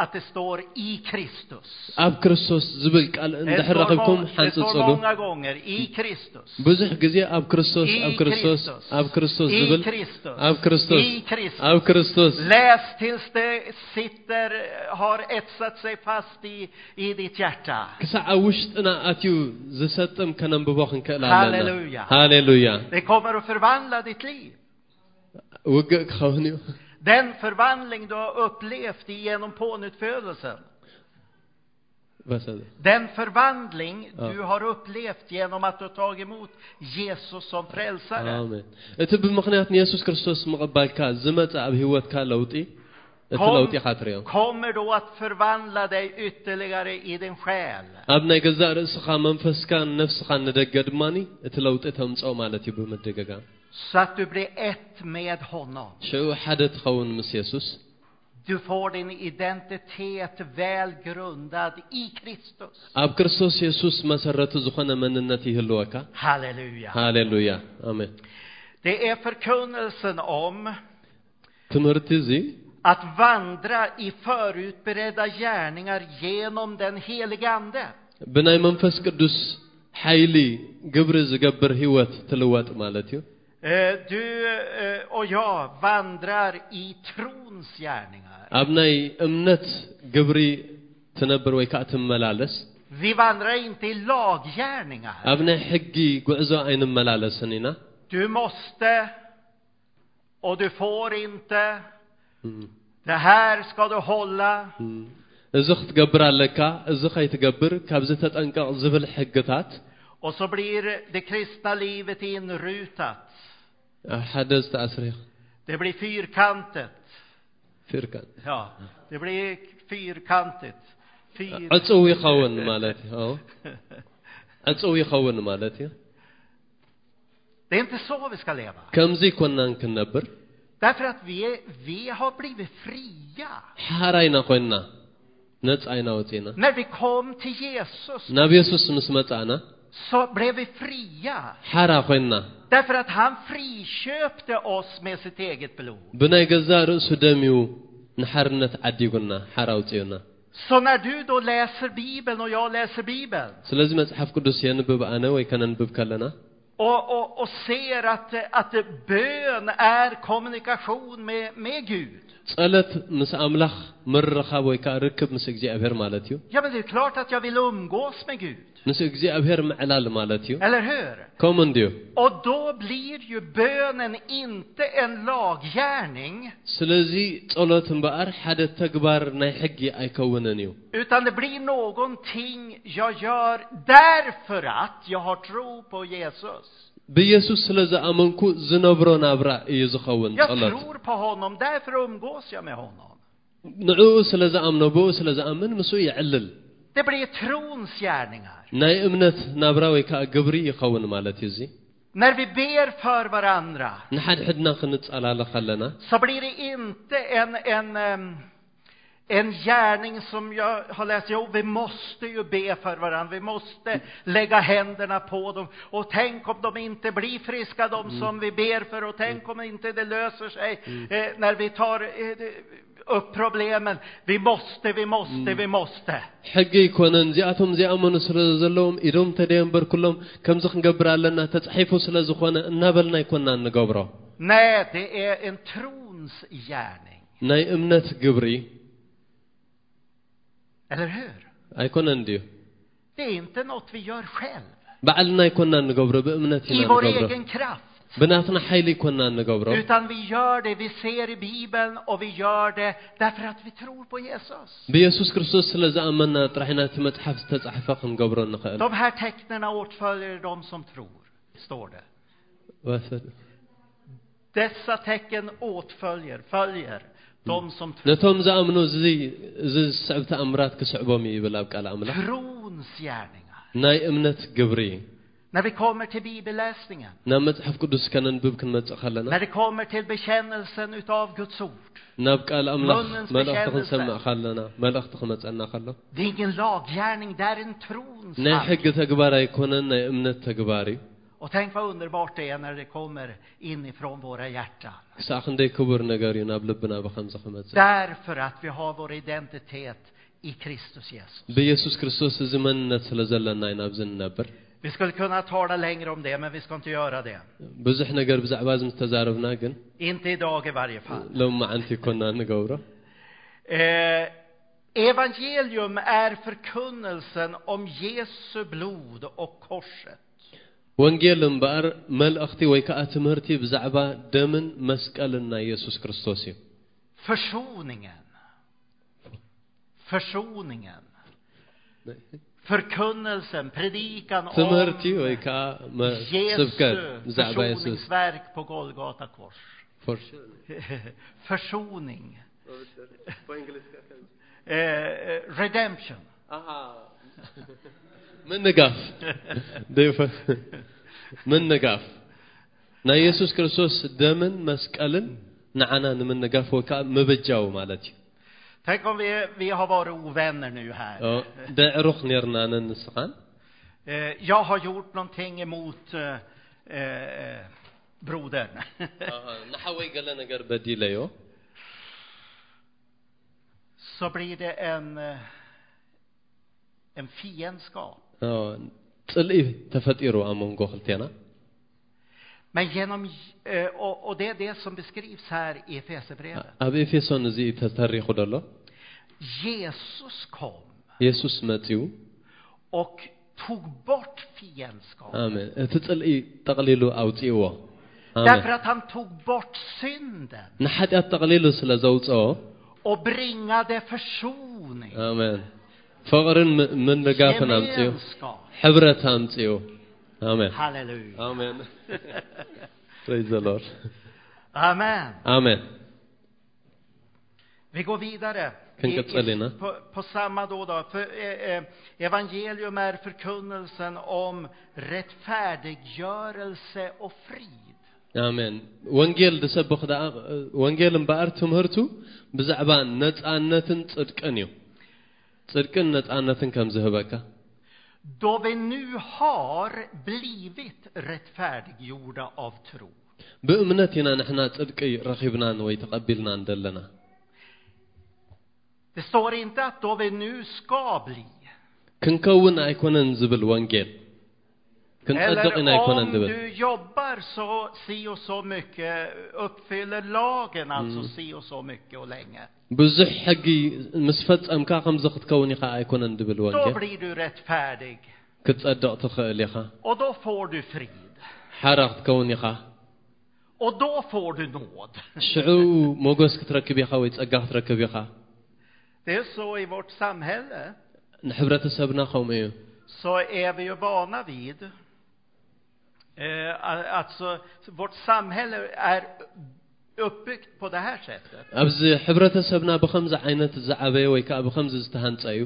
Speaker 1: att det står i Kristus.
Speaker 2: ኣብ ክርስቶስ ዝብል ቃል
Speaker 1: Det
Speaker 2: እንድሕር
Speaker 1: står,
Speaker 2: ረኺብኩም
Speaker 1: mång- det står
Speaker 2: ሓንፅፅሉ
Speaker 1: många gånger, i Kristus.
Speaker 2: ብዙሕ ግዜ ኣብ ክርስቶስ ኣብ
Speaker 1: I
Speaker 2: ክርስቶስ
Speaker 1: Kristus.
Speaker 2: ኣብ ክርስቶስ
Speaker 1: I
Speaker 2: ዝብል
Speaker 1: Kristus.
Speaker 2: ኣብ ክርስቶስ
Speaker 1: I Kristus.
Speaker 2: ኣብ ክርስቶስ
Speaker 1: Läs tills det sitter, har etsat sig fast i, i ditt hjärta.
Speaker 2: ክሳብ ኣብ ውሽጥና ኣትዩ ዝሰጥም ከነንብቦ ክንክእል
Speaker 1: ሃሌሉያ።
Speaker 2: ኣለና ሃሌሉያ
Speaker 1: Det kommer att förvandla ditt liv.
Speaker 2: ውግእ ክኸውን እዩ
Speaker 1: Den förvandling du har upplevt genom pånyttfödelsen.
Speaker 2: በሰ-
Speaker 1: Den förvandling
Speaker 2: Ja.
Speaker 1: du har upplevt genom att du har tagit emot Jesus som frälsare.
Speaker 2: ኣሜን እቲ ብምክንያት ንየሱስ ክርስቶስ ምቕባልካ ዝመፀ ኣብ ሂወትካ ለውጢ እቲ ለውጢ ኢኻ ትሪኦ
Speaker 1: kommer då att förvandla dig ytterligare i din själ.
Speaker 2: ኣብ ናይ ገዛእ ርእስኻ መንፈስካን ነፍስኻን ንደገ ድማኒ እቲ ለውጢ ተምፅኦ ማለት እዩ ብምድግጋም
Speaker 1: Så att du blir ett med honom.
Speaker 2: ሽዑ ሓደ ትኸውን ምስ የሱስ
Speaker 1: Du får din identitet väl grundad i Kristus.
Speaker 2: ኣብ ክርስቶስ የሱስ መሰረቱ ዝኾነ መንነት ይህልወካ
Speaker 1: Halleluja.
Speaker 2: ሃሌሉያ ኣሜን
Speaker 1: Det är förkunnelsen om
Speaker 2: ትምህርቲ እዚ
Speaker 1: att vandra i förutberedda gärningar genom den helige Ande.
Speaker 2: ብናይ መንፈስ ቅዱስ ሓይሊ ግብሪ ዝገብር ህይወት ትልወጥ ማለት እዩ
Speaker 1: Eh, Du eh, och jag vandrar i trons gärningar.
Speaker 2: ኣብ ናይ እምነት ግብሪ ትነብር ወይ ከዓ ትመላለስ
Speaker 1: Vi vandrar inte i laggärningar.
Speaker 2: ኣብ ናይ ሕጊ ጉዕዞ ኣይንመላለስን ኢና
Speaker 1: Du måste och du får inte.
Speaker 2: እም፣
Speaker 1: Det här ska du hålla.
Speaker 2: እም። እዚ ክትገብር ኣለካ እዚ ከይትገብር ካብዚ ተጠንቀቕ ዝብል ሕግታት
Speaker 1: Och så blir det kristna livet inrutat.
Speaker 2: ኣብ ሓደ ዝተኣስሪ
Speaker 1: Det blir fyrkantigt.
Speaker 2: ፊርካ
Speaker 1: Ja, det blir fyrkantigt. Fyr...
Speaker 2: ዕፅው ይኸውን ማለት እዩ ኣዎ። ዕፅው ይኸውን ማለት እዩ
Speaker 1: Det är inte så vi ska leva.
Speaker 2: ከምዚ ኮናን ክንነብር
Speaker 1: Därför att vi, är, vi har blivit fria.
Speaker 2: ሓራይና ኮይንና ነፃይና ወፂና
Speaker 1: När vi kom till Jesus
Speaker 2: ናብ የሱስ ምስ መፃእና
Speaker 1: så blev vi fria.
Speaker 2: ሓራ ኮይንና
Speaker 1: Därför att han friköpte oss med sitt eget blod.
Speaker 2: ብናይ ገዛ ርእሱ ደሚዩ ንሓርነት ዓዲጉና ሓራ ውፅዩና
Speaker 1: Så när du då läser Bibeln och jag läser Bibeln
Speaker 2: ስለዚ መፅሓፍ ቅዱስ የንብብ ኣነ ወይ ከነንብብ ከለና
Speaker 1: och, och, och ser att, att bön är kommunikation med, med Gud.
Speaker 2: ፀለት ምስ ኣምላኽ ምርኻብ ወይ ከዓ ርክብ ምስ እግዚኣብሔር ማለት እዩ
Speaker 1: Ja, men det är klart att jag vill umgås med Gud.
Speaker 2: ምስ እግዚኣብሔር ምዕላል ማለት እዩ
Speaker 1: Eller hur?
Speaker 2: ከምኡ እንድዩ
Speaker 1: Och då blir ju bönen inte en laggärning,
Speaker 2: ስለዚ ጸሎት እምበኣር ሓደ ተግባር ናይ ሕጊ ኣይከውንን እዩ
Speaker 1: utan det blir någonting jag gör därför att jag har tro på Jesus.
Speaker 2: ብኢየሱስ ስለ ዝኣመንኩ ዝነብሮ ናብራ እዩ ዝኸውን
Speaker 1: Jag
Speaker 2: ጸሎት
Speaker 1: tror på honom, därför umgås jag med honom.
Speaker 2: ንዕኡ ስለ ዝኣምኖ ብኡ ስለ ዝኣምን ምስኡ ይዕልል
Speaker 1: Det blir trons gärningar.
Speaker 2: ናይ እምነት ናብራ ወይ ከዓ ግብሪ ይኸውን ማለት እዩ እዚ
Speaker 1: När vi ber för varandra
Speaker 2: ንሓድሕድና ክንጸላለ ከለና
Speaker 1: så blir det inte en, en, em, en gärning som jag har läst. Jo, vi måste ju be för varandra. Vi måste lägga händerna på dem. Och tänk om de inte blir friska, de som vi ber för. Och tänk om inte det löser sig eh, när vi tar eh, upp problemen. Vi måste, vi måste, vi måste.
Speaker 2: ሕጊ ይኮነን እዚኣቶም ዘይኣመኑ ስለ ዘለዎም ኢዶም ተደየ እምበር ኩሎም ከምዚ ክንገብር ኣለና ተጻሒፉ ስለ ዝኾነ እናበልና ይኮንና እንገብሮ
Speaker 1: Nej, det är en trons gärning.
Speaker 2: ናይ እምነት ግብሪ
Speaker 1: Eller hur?
Speaker 2: ኣይኮነን ድዩ
Speaker 1: Det är inte något vi gör själv.
Speaker 2: ባዕልና ይኮንና እንገብሮ ብእምነት ኢና
Speaker 1: I vår
Speaker 2: ንገብሮ
Speaker 1: egen kraft.
Speaker 2: ብናትና ሓይሊ ይኮንና እንገብሮ
Speaker 1: Utan vi gör det vi ser i Bibeln och vi gör det därför att vi tror på Jesus.
Speaker 2: ብኢየሱስ ክርስቶስ ስለ ዝኣመንና ጥራሕ ኢና እቲ መፅሓፍ ዝተጻሕፈ ክንገብሮ ንኽእል
Speaker 1: De här tecknena åtföljer de som tror, står det.
Speaker 2: ወሰድ።
Speaker 1: Dessa tecken åtföljer, följer de som tror.
Speaker 2: ነቶም ዝኣምኑ እዚ እዚ ዝስዕብ ተኣምራት ክስዕቦም እዩ ይብል ኣብ ቃል ኣምላኽ
Speaker 1: Trons gärningar.
Speaker 2: ናይ እምነት ግብሪ
Speaker 1: När vi kommer till bibelläsningen,
Speaker 2: ናብ መፅሓፍ ቅዱስ ከነንብብ ክንመፅእ ከለና
Speaker 1: när det kommer till bekännelsen utav Guds ord.
Speaker 2: ናብ ቃል ኣምላኽ
Speaker 1: ሎንንስ
Speaker 2: መልእኽቲ
Speaker 1: ብሻ
Speaker 2: ክንሰምዕ
Speaker 1: ንሰ-
Speaker 2: ከለና መልእኽቲ ክመፀና ከሎ
Speaker 1: Det är ingen laggärning, det är en trons
Speaker 2: ናይ
Speaker 1: handling.
Speaker 2: ሕጊ ተግባር ኣይኮነን ናይ እምነት ተግባር እዩ
Speaker 1: Och tänk vad underbart det är när det kommer inifrån våra hjärtan.
Speaker 2: ክሳዕ ክንደይ ክቡር ነገር እዩ ናብ ልብና ብከምዚ ክመፅእ
Speaker 1: Därför att vi har vår identitet i Kristus Jesus.
Speaker 2: ብኢየሱስ ክርስቶስ እዚ መንነት ስለ ዘለና ኢና ኣብዚ ንነብር
Speaker 1: Vi skulle kunna tala längre om det, men vi ska inte göra det.
Speaker 2: ብዙሕ ነገር ብዛዕባ እዚ ምስ ተዛረብና ግን
Speaker 1: Inte idag i varje fall.
Speaker 2: ሎም መዓንቲ ይኮንና ንገብሮ
Speaker 1: Eh, evangelium är förkunnelsen om Jesu blod och korset.
Speaker 2: ወንጌል እምበኣር መልእኽቲ ወይ ከዓ ትምህርቲ ብዛዕባ ደምን መስቀልን ናይ ኢየሱስ ክርስቶስ እዩ
Speaker 1: Försoningen. Försoningen. Förkunnelsen, predikan
Speaker 2: ትምህርቲ ወይ
Speaker 1: om
Speaker 2: ከዓ መ-
Speaker 1: Jesu
Speaker 2: ስብከት ብዛዕባ ኢየሱስ
Speaker 1: försoningsverk på Golgata kors.
Speaker 2: For-
Speaker 1: Försoning. Eh, eh, redemption.
Speaker 2: ምንጋፍ ደይፈ- ምንጋፍ ናይ ኢየሱስ ክርስቶስ ደምን መስቀልን ንዓና ንምንጋፍ ወይ ከዓ ምብጃው ማለት እዩ
Speaker 1: Tänk om vi, vi har varit ovänner nu här.
Speaker 2: ኦ፣ ደዕሩኽ ነርና ኣነ ንስኻን
Speaker 1: Eh, jag har gjort någonting emot eh, eh, brodern.
Speaker 2: ንሓወይ ገለ ነገር በዲለዮ
Speaker 1: Så blir det en, eh, en fiendskap.
Speaker 2: ኦ፣ ፅልኢ ተፈጢሩ ኣብ መንጎ ክልቴና
Speaker 1: Men genom, eh, och, och det är det som beskrivs här i Efesierbrevet.
Speaker 2: ኣብ ኤፌሶን እዚ እዩ ተተሪኹ ደሎ
Speaker 1: Jesus kom
Speaker 2: የሱስ መፅኡ
Speaker 1: och tog bort fiendskapen.
Speaker 2: ኣሜን እቲ ፅልኢ ጠቕሊሉ ኣውፅእዎ ኣሜን
Speaker 1: Därför att han tog bort synden
Speaker 2: ንሓጢኣት ጠቕሊሉ ስለ ዘውፅኦ
Speaker 1: och bringade försoning,
Speaker 2: ኣሜን ፍቕርን ም- ምንጋፍን ኣምፅኡ
Speaker 1: gemenskap.
Speaker 2: ሕብረት ኣምፅኡ ኣሜን
Speaker 1: Halleluja.
Speaker 2: ኣሜን ፕሬዝ ዘሎር
Speaker 1: Amen.
Speaker 2: ኣሜን
Speaker 1: Vi går vidare.
Speaker 2: Kan
Speaker 1: I-
Speaker 2: Guds alena.
Speaker 1: på, på samma då, då för, eh, eh, evangelium är förkunnelsen om rättfärdiggörelse och frid.
Speaker 2: ኣሜን ወንጌል ዝሰብክ ደኣ ወንጌል እምበኣር ትምህርቱ ብዛዕባ ነፃነትን ጽድቅን እዩ ጽድቅን ነፃነትን ከም ዝህበካ
Speaker 1: Då vi nu har blivit rättfärdiggjorda av tro.
Speaker 2: ብእምነት ኢና ንሕና ጽድቂ ረኺብናን ወይ ተቐቢልናን ደለና
Speaker 1: Det står inte att då vi nu ska bli.
Speaker 2: ክንከውን ኣይኮነን ዝብል ወንጌል ክንጸድቕ ኢና
Speaker 1: Eller
Speaker 2: ኣይኮነን
Speaker 1: om
Speaker 2: ዝብል
Speaker 1: du jobbar så si och så mycket, uppfyller lagen alltså si och så mycket och länge.
Speaker 2: ብዙሕ ሕጊ ምስ ፈጸምካ ከምዚ ክትከውን ኢኻ ኣይኮነን ዝብል
Speaker 1: Då
Speaker 2: ወንጌል
Speaker 1: blir du rättfärdig
Speaker 2: ክትጸድቕ ትኽእል ኢኻ
Speaker 1: och då får du frid.
Speaker 2: ሓራ ክትከውን ኢኻ
Speaker 1: Och då får du nåd.
Speaker 2: ሽዑ ሞገስ ክትረክብ ኢኻ ወይ ጸጋ ክትረክብ ኢኻ
Speaker 1: Det är så i vårt samhälle,
Speaker 2: ንሕብረተሰብና ከምኡ እዩ
Speaker 1: så är vi ju vana vid eh, alltså, vårt samhälle är uppbyggt på det här sättet.
Speaker 2: ኣብዚ ሕብረተሰብና ብከምዚ ዓይነት ዝዓበየ ወይ ከዓ ብከምዚ ዝተሃንፀ እዩ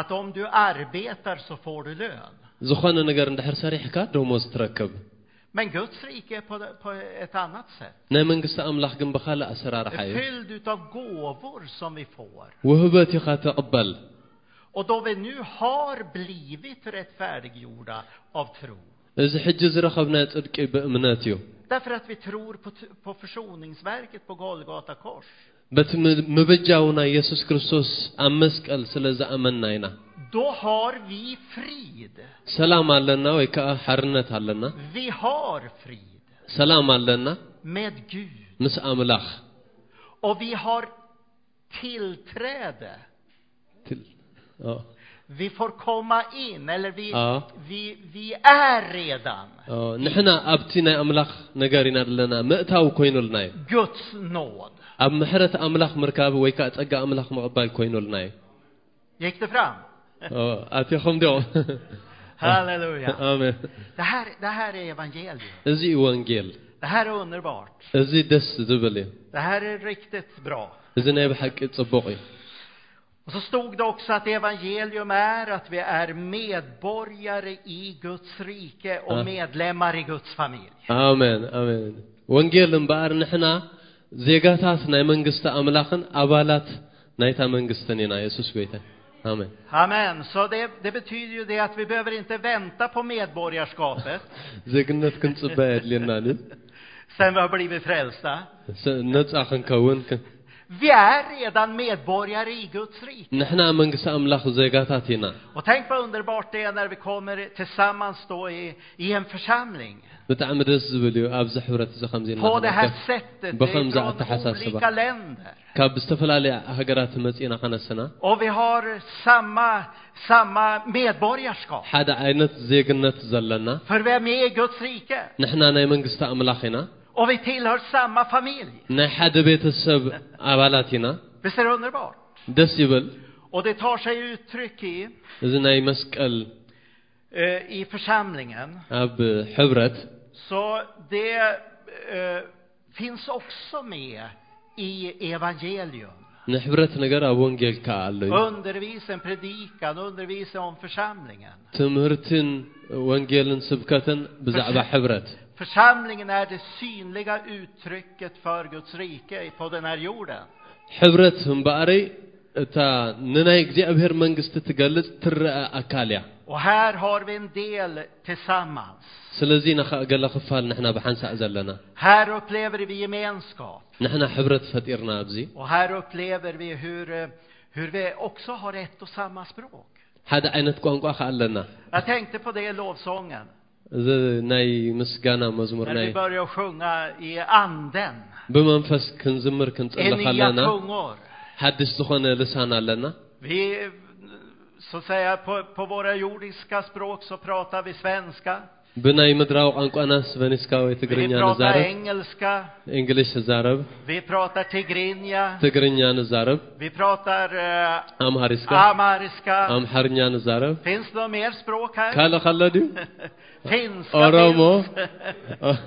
Speaker 1: Att om du arbetar så får du lön.
Speaker 2: ዝኾነ ነገር እንድሕር ሰሪሕካ ደሞዝ ትረክብ
Speaker 1: Men Guds rike är på, på ett annat sätt.
Speaker 2: ናይ መንግስቲ ኣምላኽ ግን ብኻልእ ኣሰራርሓ እዩ
Speaker 1: Fylld utav gåvor som vi får.
Speaker 2: ውህበት ኢኻ ተቐበል
Speaker 1: Och då vi nu har blivit rättfärdiggjorda av tro,
Speaker 2: እዚ ሕጂ ዝረኸብናዮ ጽድቂ ብእምነት እዩ
Speaker 1: därför att vi tror på, t- på försoningsverket på Golgata kors,
Speaker 2: በቲ ም- ምብጃው ናይ ኢየሱስ ክርስቶስ ኣብ መስቀል ስለ ዝኣመንና ኢና
Speaker 1: då har vi frid.
Speaker 2: ሰላም ኣለና ወይ ከዓ ሓርነት ኣለና
Speaker 1: Vi har frid
Speaker 2: ሰላም ኣለና
Speaker 1: med Gud
Speaker 2: ምስ ኣምላኽ
Speaker 1: och vi har tillträde.
Speaker 2: ትል- ኦ፣
Speaker 1: Vi får komma in, eller vi,
Speaker 2: Ja.
Speaker 1: vi, vi är redan
Speaker 2: ኦ፣ ንሕና ኣብቲ ናይ ኣምላኽ ነገር ኢና ዘለና ምእታው ኮይኑልና እዩ
Speaker 1: Guds nåd.
Speaker 2: ኣብ ምሕረት ኣምላኽ ምርካብ ወይ ከዓ ፀጋ ኣምላኽ ምቕባል ኮይኑልና እዩ
Speaker 1: Gick det fram?
Speaker 2: ኦ፣ ኣትኹም ዲኹም
Speaker 1: Halleluja.
Speaker 2: ኣሜን
Speaker 1: Det här, det här är evangelium.
Speaker 2: እዚ እዩ ወንጌል
Speaker 1: Det här är underbart.
Speaker 2: እዚ ደስ ዝብል እዩ
Speaker 1: Det här är riktigt bra.
Speaker 2: እዚ ናይ ብሓቂ ጽቡቕ እዩ
Speaker 1: Och så stod det också att evangelium är att vi är medborgare i Guds rike och
Speaker 2: Ja.
Speaker 1: medlemmar i Guds familj.
Speaker 2: ኣሜን ኣሜን ወንጌል እምበኣር ንሕና ዜጋታት ናይ መንግስቲ ኣምላኽን ኣባላት ናይታ መንግስትን ኢና የሱስ ጎይታ ኣሜን
Speaker 1: Amen. Så det, det betyder ju det att vi behöver inte vänta på medborgarskapet
Speaker 2: ዜግነት ክንፅበ የድልየናን እዩ
Speaker 1: sen vi har blivit frälsta.
Speaker 2: ስ- ነፃ ክንከውን ክ-
Speaker 1: Vi är redan medborgare i Guds rike.
Speaker 2: ንሕና ኣብ መንግስቲ ኣምላኽ ዜጋታት ኢና
Speaker 1: Och tänk vad underbart det är när vi kommer tillsammans då i, i en församling.
Speaker 2: ብጣዕሚ ደስ ዝብል እዩ ኣብዚ ሕብረት እዚ ከምዚ ኢልና
Speaker 1: På det här
Speaker 2: ክንርከብ።
Speaker 1: sättet, det
Speaker 2: Bakom
Speaker 1: är
Speaker 2: zaata
Speaker 1: från
Speaker 2: hasasaba.
Speaker 1: olika länder.
Speaker 2: ካብ ዝተፈላለየ ሃገራት መፂና ኸነስና
Speaker 1: Och vi har samma, samma medborgarskap.
Speaker 2: ሓደ ዓይነት ዜግነት ዘለና
Speaker 1: För vi är med i Guds rike.
Speaker 2: ንሕና ናይ መንግስቲ ኣምላኽ ኢና
Speaker 1: Och vi tillhör samma familj.
Speaker 2: ናይ ሓደ ቤተሰብ ኣባላት ኢና
Speaker 1: Visst är det underbart?
Speaker 2: ደስ ይብል
Speaker 1: Och det tar sig uttryck i,
Speaker 2: እዚ ናይ መስቀል
Speaker 1: eh, i församlingen.
Speaker 2: ኣብ ሕብረት
Speaker 1: Så det eh, finns också med i evangelium.
Speaker 2: ንሕብረት ነገር ኣብ ወንጌል ከዓ ኣሎ እዩ
Speaker 1: Undervisen, predikan, undervisen om församlingen.
Speaker 2: ትምህርትን ወንጌልን ስብከትን ብዛዕባ ሕብረት
Speaker 1: Församlingen är det synliga uttrycket för Guds rike på den här jorden.
Speaker 2: ሕብረት እምበኣረይ እታ ንናይ እግዚኣብሔር መንግስቲ ትገልፅ ትረአ ኣካል እያ
Speaker 1: Och här har vi en del tillsammans.
Speaker 2: ስለዚ ንኸዓ ገለ ክፋል ንሕና ብሓንሳእ ዘለና
Speaker 1: Här upplever vi gemenskap.
Speaker 2: ንሕና ሕብረት ፈጢርና ኣብዚ
Speaker 1: Och här upplever vi hur, eh, hur vi också har ett och samma språk.
Speaker 2: ሓደ ዓይነት ቋንቋ ከዓ ኣለና
Speaker 1: Jag tänkte på det i lovsången,
Speaker 2: እዚ ናይ ምስጋና መዝሙር
Speaker 1: när
Speaker 2: ናይ
Speaker 1: vi började sjunga i anden,
Speaker 2: ብመንፈስ ክንዝምር
Speaker 1: i
Speaker 2: ክንፅልኽ
Speaker 1: nya
Speaker 2: ኣለና
Speaker 1: tungor.
Speaker 2: ሓድሽ ዝኾነ ልሳን ኣለና
Speaker 1: Vi, eh, så att säga, på, på våra jordiska språk så pratar vi svenska,
Speaker 2: ብናይ ምድራዊ ቋንቋና ስቨኒስካ ወይ
Speaker 1: vi
Speaker 2: ትግርኛ
Speaker 1: pratar
Speaker 2: ንዛረብ
Speaker 1: engelska,
Speaker 2: እንግሊሽ ንዛረብ
Speaker 1: vi pratar tigrinja,
Speaker 2: ትግርኛ ንዛረብ
Speaker 1: vi pratar eh,
Speaker 2: ኣምሃሪስካ
Speaker 1: amhariska.
Speaker 2: ኣምሓርኛ ንዛረብ
Speaker 1: Finns det något mer språk här?
Speaker 2: ካልእ ከሎ ድዩ
Speaker 1: Finska
Speaker 2: ኦሮሞ
Speaker 1: finns.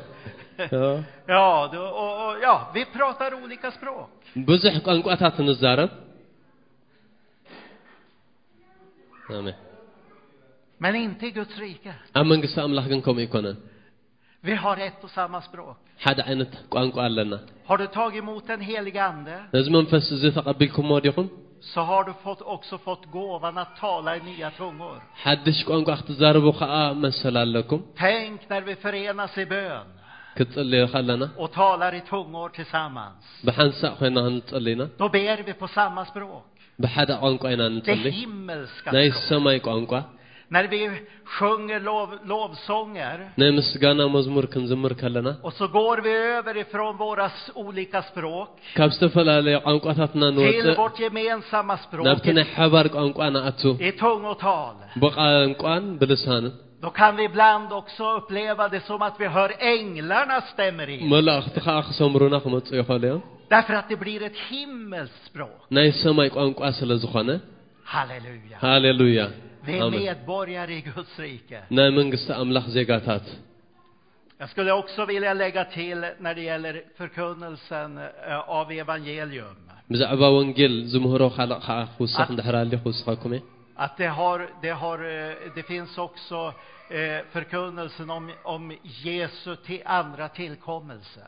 Speaker 1: Ja, då- och, och, ja, vi pratar olika språk.
Speaker 2: ብዙሕ ቋንቋታት ንዛረብ ኣሜን
Speaker 1: Men inte i Guds rike.
Speaker 2: ኣብ መንግስቲ ኣምላኽ ግን ከምኡ ይኮነን
Speaker 1: Vi har ett och samma språk.
Speaker 2: ሓደ ዓይነት ቋንቋ ኣለና
Speaker 1: Har du tagit emot den helige Ande
Speaker 2: ነዚ መንፈስ እዚ ተቐቢልኩምዎ ዲኹም
Speaker 1: så har du fått, också fått gåvan att tala i nya tungor.
Speaker 2: ሓድሽ ቋንቋ ክትዛርቡ ከዓ መሰል ኣለኩም
Speaker 1: Tänk när vi förenas i bön
Speaker 2: ክትጽልዩ ከለና
Speaker 1: och talar i tungor tillsammans.
Speaker 2: ብሓንሳእ ኮይና ክንጽልይና
Speaker 1: Då ber vi på samma språk.
Speaker 2: ብሓደ ቋንቋ ኢና
Speaker 1: Det
Speaker 2: ንጽሊ
Speaker 1: himmelska
Speaker 2: ናይ
Speaker 1: språk.
Speaker 2: ሰማይ ቋንቋ
Speaker 1: När vi sjunger lov, lovsånger
Speaker 2: ናይ ምስጋና መዝሙር ክንዝምር ከለና
Speaker 1: och så går vi över ifrån våra s- olika språk
Speaker 2: ካብ ዝተፈላለየ ቋንቋታትና
Speaker 1: till
Speaker 2: ንወፅእ
Speaker 1: vårt gemensamma språk
Speaker 2: ናብቲ ናይ ሓባር ቋንቋ ንኣቱ
Speaker 1: i tungotal.
Speaker 2: ብቋንቋን ብልሳንን
Speaker 1: Då kan vi ibland också uppleva det som att vi hör änglarna stämmer in.
Speaker 2: መላእኽቲ ከዓ ክሰምሩና ክመፁ ይኽእሉ እዮም
Speaker 1: Därför att det blir ett himmelskt språk.
Speaker 2: ናይ ሰማይ ቋንቋ ስለ ዝኾነ
Speaker 1: Halleluja.
Speaker 2: ሃሌሉያ
Speaker 1: Vi är
Speaker 2: ኣሜን
Speaker 1: medborgare i Guds rike.
Speaker 2: ናይ መንግስቲ ኣምላኽ ዜጋታት
Speaker 1: Jag skulle också vilja lägga till när det gäller förkunnelsen eh, av evangelium.
Speaker 2: ብዛዕባ ወንጌል ዝምህሮ ካልእ ከዓ ክውስኽ እንድሕር ሃልዩ ክውስኸኩም እየ
Speaker 1: Att det har, det har, eh, det finns också eh, förkunnelsen om, om Jesu till andra tillkommelse.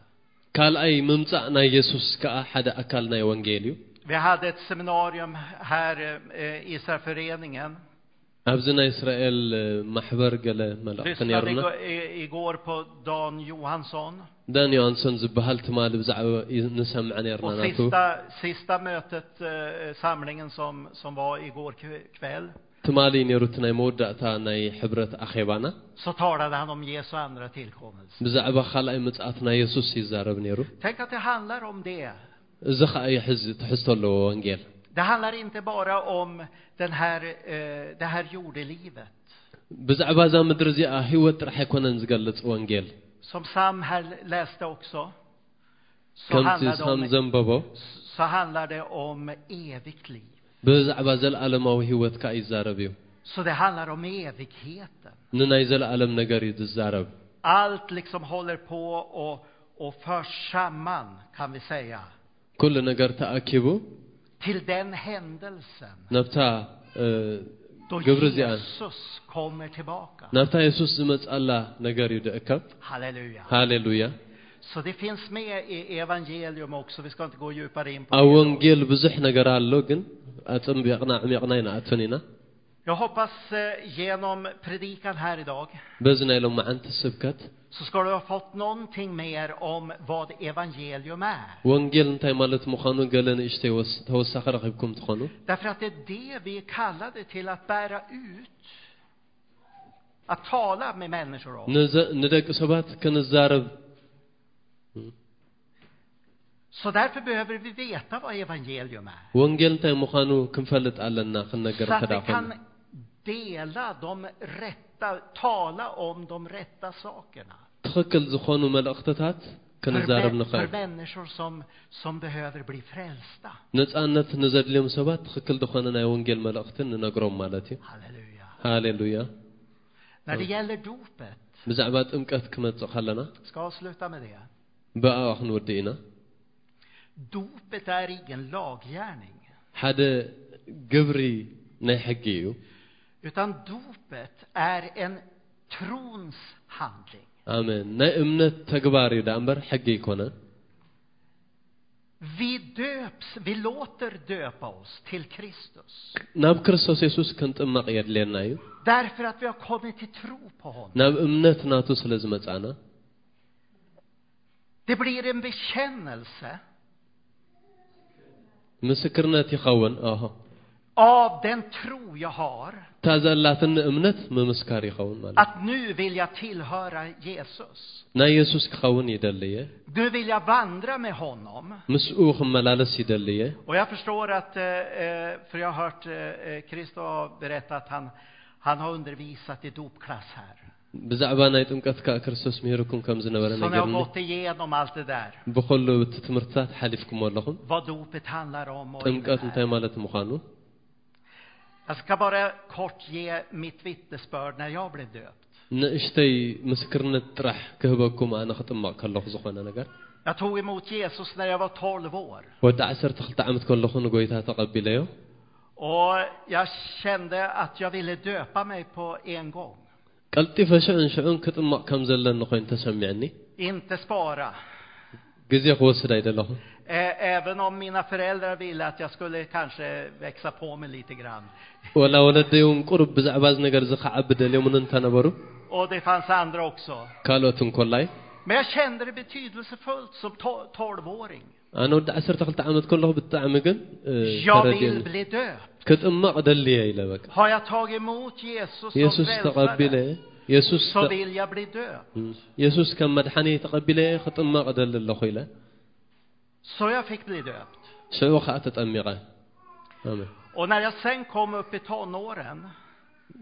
Speaker 2: ካልኣይ ምምፃእ ናይ የሱስ ከዓ ሓደ ኣካል ናይ ወንጌል እዩ
Speaker 1: Vi hade ett seminarium här eh, i Israelföreningen.
Speaker 2: ኣብዚ ናይ እስራኤል እ፣ ማሕበር ገለ መላእክቲ
Speaker 1: Lyssnade
Speaker 2: ነይሩና
Speaker 1: igår, i- igår på Dan Johansson.
Speaker 2: ዳን ዮሃንሶን ዝበሃል ትማል ብዛዕባ እዩ ንሰምዐ ነርና
Speaker 1: Och
Speaker 2: ናቱ
Speaker 1: sista, sista mötet, eh, samlingen som, som var igår kv- kväll,
Speaker 2: ትማሊ ነይሩ እቲ ናይ መወዳእታ ናይ ሕብረት ኣኼባና
Speaker 1: så talade han om Jesu andra tillkommelse.
Speaker 2: ብዛዕባ ካልኣይ መፅኣት ናይ የሱስ ይዛረብ ነይሩ
Speaker 1: Tänk att det handlar om det.
Speaker 2: እዚ ከዓ ይሕዝ ትሕዝቶ ኣለዎ ወንጌል
Speaker 1: Det handlar inte bara om den här, eh, det här jordelivet
Speaker 2: ብዛዕባ እዛ ምድሪ እዚኣ ህይወት ጥራሕ ኣይኮነን ዝገልፅ ወንጌል
Speaker 1: som Sam här läste också. Så
Speaker 2: ከምቲ
Speaker 1: handlar det
Speaker 2: ሳም
Speaker 1: om,
Speaker 2: ዘንበቦ
Speaker 1: så handlar det om evigt liv.
Speaker 2: ብዛዕባ ዘለኣለማዊ ህይወት ከዓ ይዛረብ እዩ
Speaker 1: Så det handlar om evigheten.
Speaker 2: ንናይ ዘለኣለም ነገር እዩ ዝዛረብ
Speaker 1: Allt liksom håller på och, och förs samman, kan vi säga,
Speaker 2: ኩሉ ነገር ተኣኪቡ
Speaker 1: till den händelsen
Speaker 2: ናብታ እ፣
Speaker 1: då
Speaker 2: ግብሪ እዚኣ
Speaker 1: Jesus kommer tillbaka.
Speaker 2: ናብታ የሱስ ዝመፅኣላ ነገር እዩ ድእከብ
Speaker 1: Halleluja.
Speaker 2: ሃሌሉያ
Speaker 1: Så det finns med i evangelium också, vi ska inte gå djupare in på
Speaker 2: ኣብ
Speaker 1: det.
Speaker 2: ወንጌል ብዙሕ ነገር ኣሎ ግን ኣፅምቢቕና ዕሚቕና ይንኣቱን ኢና
Speaker 1: Jag hoppas eh, genom predikan här idag
Speaker 2: በዚ ናይ ሎም መዓንቲ ስብከት
Speaker 1: så ska du ha fått någonting mer om vad evangelium är.
Speaker 2: ወንጌል እንታይ ማለት ምዃኑ ገለ ንእሽተይ ወስ- ተወሳኺ ረኺብኩም ትኾኑ
Speaker 1: Därför att det är det vi är kallade till att bära ut, att tala med människor om.
Speaker 2: ንዘ- ንደቂ ሰባት ክንዛረብ
Speaker 1: Så därför behöver vi veta vad evangelium är.
Speaker 2: ወንጌል እንታይ ምዃኑ ክንፈልጥ ኣለና ክንነገር
Speaker 1: Så att
Speaker 2: ተዳ
Speaker 1: vi
Speaker 2: ኾኑ
Speaker 1: kan dela de rätta, tala om de rätta sakerna.
Speaker 2: ትኽክል ዝኾኑ መልእኽትታት ክንዛረብ
Speaker 1: För, för
Speaker 2: ንኽእል
Speaker 1: människor som, som behöver bli frälsta.
Speaker 2: ነፃነት ንዘድልዮም ሰባት ትኽክል ዝኾነ ናይ ወንጌል መልእኽትን ንነግሮም ማለት እዩ
Speaker 1: Halleluja.
Speaker 2: ሃሌሉያ
Speaker 1: När det gäller dopet,
Speaker 2: ብዛዕባ ጥምቀት ክመፅእ ከለና
Speaker 1: ska jag avsluta med det.
Speaker 2: ብኣባ ክንውድእ ኢና
Speaker 1: Dopet är ingen laggärning.
Speaker 2: ሓደ ግብሪ ናይ ሕጊ እዩ
Speaker 1: Utan dopet är en trons handling.
Speaker 2: ኣሜን ናይ እምነት ተግባር እዩ ዳ እምበር ሕጊ ኣይኮነን
Speaker 1: Vi döps, vi låter döpa oss till Kristus.
Speaker 2: ናብ ክርስቶስ የሱስ ክንጥመቕ የድልየና እዩ
Speaker 1: Därför att vi har kommit till tro på honom.
Speaker 2: ናብ እምነት ናቱ ስለ ዝመፃና
Speaker 1: Det blir en bekännelse
Speaker 2: ምስክርነት ይኸውን ኣሆ
Speaker 1: av den tro jag har,
Speaker 2: እታ ዘላትን እምነት ምምስካር ይኸውን ማለት
Speaker 1: att nu vill jag tillhöra Jesus.
Speaker 2: እዩ ናይ የሱስ ክኸውን ይደሊ እየ
Speaker 1: Nu vill jag vandra med honom.
Speaker 2: ምስኡ ክመላለስ ይደሊ እየ
Speaker 1: Och jag förstår att, eh, eh, för jag har hört eh, eh, Christo har berättat att han, han har undervisat i dopklass här.
Speaker 2: ብዛዕባ ናይ ጥምቀት ከዓ ክርስቶስ ምህርኩም ከም ዝነበረ
Speaker 1: Så ni har
Speaker 2: ነጊርኒ
Speaker 1: gått igenom allt det där,
Speaker 2: ብኩሉ እቲ ትምህርትታት ሓሊፍኩም ኣለኹም
Speaker 1: vad dopet handlar om och
Speaker 2: ጥምቀት እንታይ
Speaker 1: innebär.
Speaker 2: ማለት ምዃኑ
Speaker 1: Jag ska bara kort ge mitt vittnesbörd när jag blev döpt.
Speaker 2: ንእሽተይ ምስክርነት ጥራሕ ክህበኩም ኣነ ክጥማቕ ከለኹ ዝኾነ ነገር
Speaker 1: Jag tog emot Jesus när jag var 12 år.
Speaker 2: ወዲ 12 ዓመት ከለኹ ንጎይታ ተቐቢለዮ
Speaker 1: Och jag kände att jag ville döpa mig på en gång.
Speaker 2: ቀልጢፈ ሽዕን ሽዑን ክጥማቕ ከም ዘለኒ ኮይኑ ተሰሚዐኒ
Speaker 1: Inte spara.
Speaker 2: ግዜ ክወስድ ኣይደለኹን
Speaker 1: Eh, Även om mina föräldrar ville att jag skulle kanske växa på mig lite grann.
Speaker 2: ወላ ወለደይ እውን ቁሩብ ብዛዕባ እዚ ነገር እዚ ከዓ ብደልዮምን እንተነበሩ
Speaker 1: Och det fanns andra också.
Speaker 2: ካልኦት እንኮላይ
Speaker 1: Men jag kände det betydelsefullt som to- tolvåring.
Speaker 2: ኣነ ወዲ 12 ዓመት ከለኹ ብጣዕሚ ግን እ፣
Speaker 1: Jag vill
Speaker 2: ተረዲእኒ
Speaker 1: bli döpt.
Speaker 2: ክጥማቕ ደልየ ኢለ በቃ
Speaker 1: Har jag tagit emot Jesus som
Speaker 2: የሱስ ተቐቢለ
Speaker 1: frälsare,
Speaker 2: የሱስ
Speaker 1: så vill jag bli döpt.
Speaker 2: የሱስ ከም መድሓኒ ተቐቢለ ክጥማቕ ደሊ ኣለኹ ኢለ
Speaker 1: Så jag fick bli döpt.
Speaker 2: ሽዑ ከዓ ተጠሚቐ ኣሜን
Speaker 1: Och när jag sen kom upp i tonåren,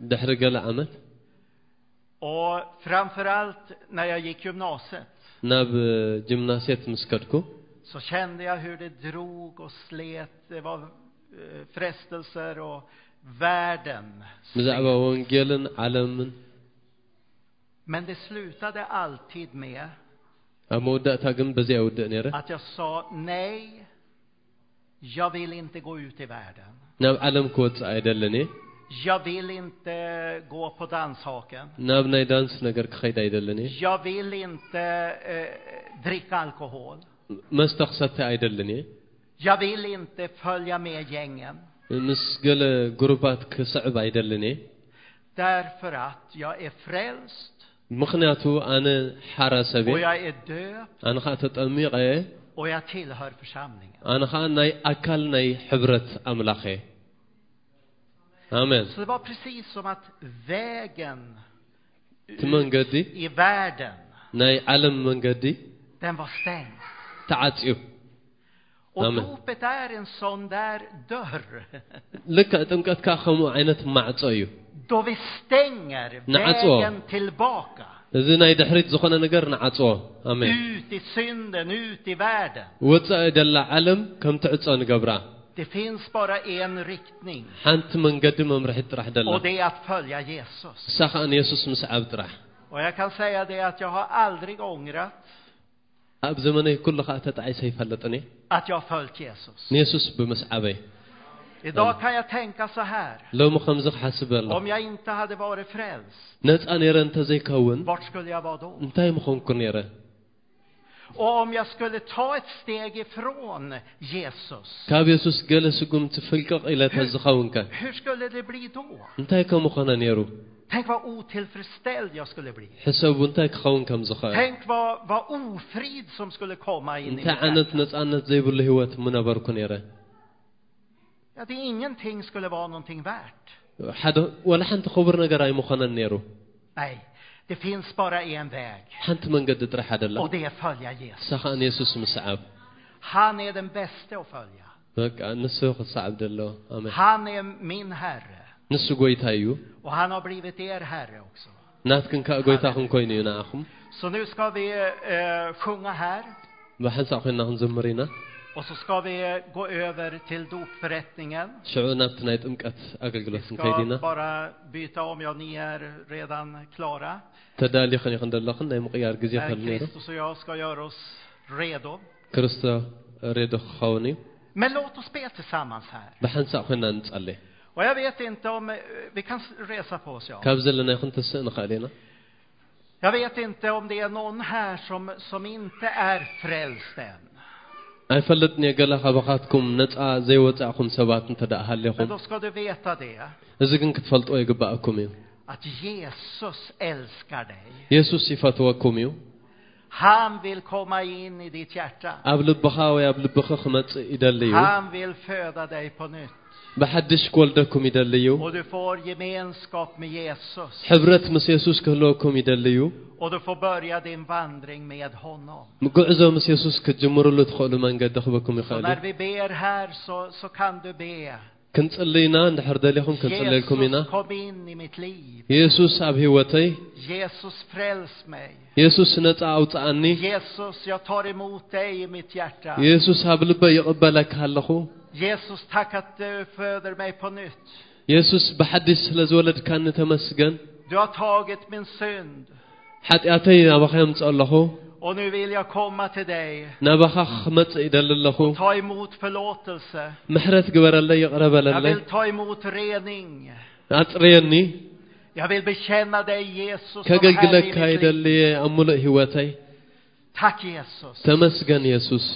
Speaker 2: ድሕሪ ገለ ዓመት
Speaker 1: och framförallt när jag gick gymnasiet,
Speaker 2: ናብ እ፣ ጅምናሴት ምስ ከድኩ
Speaker 1: så kände jag hur det drog och slet. Det var eh, frestelser och världen.
Speaker 2: ብዛዕባ ወንጌልን ዓለምን
Speaker 1: Men det slutade alltid med
Speaker 2: ኣብ መወዳእታ ግን በዚ ኣይውድእ ነይረ
Speaker 1: att jag sa nej, jag vill inte gå ut i världen.
Speaker 2: ናብ ዓለም ክወፅእ ኣይደልን እየ
Speaker 1: Jag vill inte gå på danshaken.
Speaker 2: ናብ ናይ ዳንስ ነገር ክኸይድ ኣይደለን እየ
Speaker 1: Jag vill inte eh, dricka alkohol.
Speaker 2: መስተ ክሰተ ኣይደለን እየ
Speaker 1: Jag vill inte följa med gängen.
Speaker 2: ምስ ገለ ጉሩባት ክስዕብ ኣይደለን እየ
Speaker 1: Därför att jag är frälst
Speaker 2: ምክንያቱ ኣነ ሓራ ሰብ
Speaker 1: och
Speaker 2: እየ
Speaker 1: jag är döpt
Speaker 2: ኣነ ከዓ ተጠሚቐ እየ
Speaker 1: och jag tillhör församlingen.
Speaker 2: ኣነ ከዓ ናይ ኣካል ናይ ሕብረት ኣምላኽ እየ ኣሜን
Speaker 1: Så det var precis som att vägen
Speaker 2: እቲ መንገዲ
Speaker 1: i världen,
Speaker 2: ናይ ዓለም መንገዲ
Speaker 1: den var stängd.
Speaker 2: ተዓፅዩ
Speaker 1: Och
Speaker 2: Amen.
Speaker 1: dopet är en sån där dörr.
Speaker 2: ልክዕ ጥምቀት ከዓ ከምኡ ዓይነት ማዕፆ እዩ
Speaker 1: Då vi stänger
Speaker 2: Natså.
Speaker 1: vägen tillbaka.
Speaker 2: እዚ ናይ ድሕሪት ዝኾነ ነገር ንዓፅዎ ኣሜን
Speaker 1: Ut i synden, ut i världen.
Speaker 2: ወፃኢ ደላ ዓለም ከም ትዕፆ ንገብራ
Speaker 1: Det finns bara en riktning.
Speaker 2: ሓንቲ መንገዲ መምርሒት ጥራሕ ደላ
Speaker 1: Och det är att följa Jesus.
Speaker 2: እሳ ከዓ ንየሱስ ምስዓብ ጥራሕ
Speaker 1: Och jag kan säga det att jag har aldrig ångrat
Speaker 2: ኣብ ዘመነይ ኩሉ ከዓ ተጣዒሰ ይፈለጥን እየ
Speaker 1: att jag har följt Jesus.
Speaker 2: ንየሱስ ብምስዓበይ
Speaker 1: Idag kan jag tänka så här.
Speaker 2: ሎሚ ከምዚ ክሓስብ ኣሎ
Speaker 1: Om jag inte hade varit frälst,
Speaker 2: ነፃ ነይረ እንተዘይከውን
Speaker 1: vart skulle jag vara då?
Speaker 2: እንታይ ምኾንኩ ነይረ
Speaker 1: Och om jag skulle ta ett steg ifrån Jesus,
Speaker 2: ካብ የሱስ ገለ ስጉምቲ ፍልቅቕ ኢለ ተዝኸውንከ
Speaker 1: hur skulle det bli då?
Speaker 2: እንታይ ከም ኾነ ነይሩ
Speaker 1: Tänk vad otillfredsställd jag skulle bli.
Speaker 2: ሕሰቡ እንታይ ክኸውን ከም ዝኽእል
Speaker 1: Tänk vad, vad ofrid som skulle komma in i mitt
Speaker 2: እንታይ ዓይነት
Speaker 1: hjärta.
Speaker 2: ነፃነት ዘይብሉ ህይወት ምነበርኩ ነይረ
Speaker 1: Ja, det är ingenting skulle vara någonting värt.
Speaker 2: ሓደ ወላ ሓንቲ ክቡር ነገር ኣይምኾነን ነይሩ
Speaker 1: Nej, det finns bara en väg
Speaker 2: ሓንቲ መንገዲ ጥራሕ ኣደላ
Speaker 1: och det är följa Jesus.
Speaker 2: እሳ ከዓ ንየሱስ ምስዓብ
Speaker 1: Han är den bästa att följa.
Speaker 2: በቃ ንሱ ክሰዓብ ደለዎ ኣሜን
Speaker 1: Han är min Herre
Speaker 2: ንሱ ጎይታ እዩ
Speaker 1: och han har blivit er Herre också.
Speaker 2: ናትክን ከዓ ጎይታኹን ኮይኑ እዩ ንኣኹም
Speaker 1: Så nu ska vi eh, sjunga här
Speaker 2: ብሓንሳእ ኮይና ክንዝምር ኢና
Speaker 1: och så ska vi gå över till dopförrättningen.
Speaker 2: ሽዑ ናብቲ ናይ ጥምቀት
Speaker 1: Vi
Speaker 2: ኣገልግሎት ክንከይድ ኢና
Speaker 1: ska bara byta om, ja ni är redan klara.
Speaker 2: ተዳልይኹን ይኹን ደለኹን ናይ ምቕያር ግዜ
Speaker 1: Eh,
Speaker 2: ከል ነይሩ
Speaker 1: Kristus och jag ska göra oss redo.
Speaker 2: ክርስቶ ሬዶ ክኸውን እዩ
Speaker 1: Men låt oss be tillsammans här.
Speaker 2: ብሓንሳእ ኮይና ንጸለይ
Speaker 1: Och jag vet inte om, eh, vi kan s- resa på oss ja.
Speaker 2: ካብ ዘለና ይኹን ትስእ ንኽእል ኢና
Speaker 1: Jag vet inte om det är någon här som, som inte är frälst än.
Speaker 2: ኣይፈልጥን እየ ገለ ካባኻትኩም ነፃ ዘይወፃእኹም ሰባት እንተ ደኣ
Speaker 1: Men
Speaker 2: ሃለኹም
Speaker 1: då ska du veta det,
Speaker 2: እዚ ግን ክትፈልጥዎ ይግባእኩም እዩ
Speaker 1: att Jesus älskar dig.
Speaker 2: የሱስ ይፈትወኩም እዩ
Speaker 1: Han vill komma in i ditt hjärta.
Speaker 2: ኣብ ልብኻ ወይ ኣብ ልብኺ ክመፅእ ይደሊ እዩ
Speaker 1: Han vill föda dig på nytt.
Speaker 2: ብሓድሽ ክወልደኩም ይደሊ እዩ
Speaker 1: Och du får gemenskap med Jesus.
Speaker 2: ሕብረት ምስ የሱስ ክህልወኩም ይደሊ እዩ
Speaker 1: Och du får börja din vandring med honom.
Speaker 2: ጉዕዞ ምስ የሱስ ክትጅምርሉ ትኽእሉ መንገዲ ክበኩም
Speaker 1: Så
Speaker 2: ይኽእል እዩ
Speaker 1: när vi ber här så, så kan du be.
Speaker 2: ክንጽልይና እንድሕር ደሊኹም ክንጽልየልኩም ኢና
Speaker 1: Jesus kom in i mitt liv.
Speaker 2: የሱስ ኣብ ህይወተይ
Speaker 1: Jesus fräls mig.
Speaker 2: የሱስ ነፃ ኣውፅኣኒ
Speaker 1: Jesus, jag tar emot dig i mitt hjärta.
Speaker 2: የሱስ ኣብ ልበ ይቕበለካ ኣለኹ
Speaker 1: Jesus, tack att du föder mig på nytt.
Speaker 2: የሱስ ብሓድሽ ስለ ዝወለድካኒ ተመስገን
Speaker 1: Du har tagit min synd
Speaker 2: ሓጢኣተይ ናባኻ የምፅእ ኣለኹ
Speaker 1: och nu vill jag komma till dig.
Speaker 2: ናባኻ ክመፅእ ይደሊ ኣለኹ
Speaker 1: Ta emot förlåtelse.
Speaker 2: ምሕረት ግበረለይ ይቕረ
Speaker 1: Jag
Speaker 2: በለለይ
Speaker 1: vill ta emot rening.
Speaker 2: ኣፅርየኒ
Speaker 1: Jag vill bekänna dig Jesus som Herre i
Speaker 2: ከገልግለካ
Speaker 1: mitt liv.
Speaker 2: ይደልየ ኣብ ሙሉእ ህይወተይ
Speaker 1: Tack Jesus
Speaker 2: ተመስገን የሱስ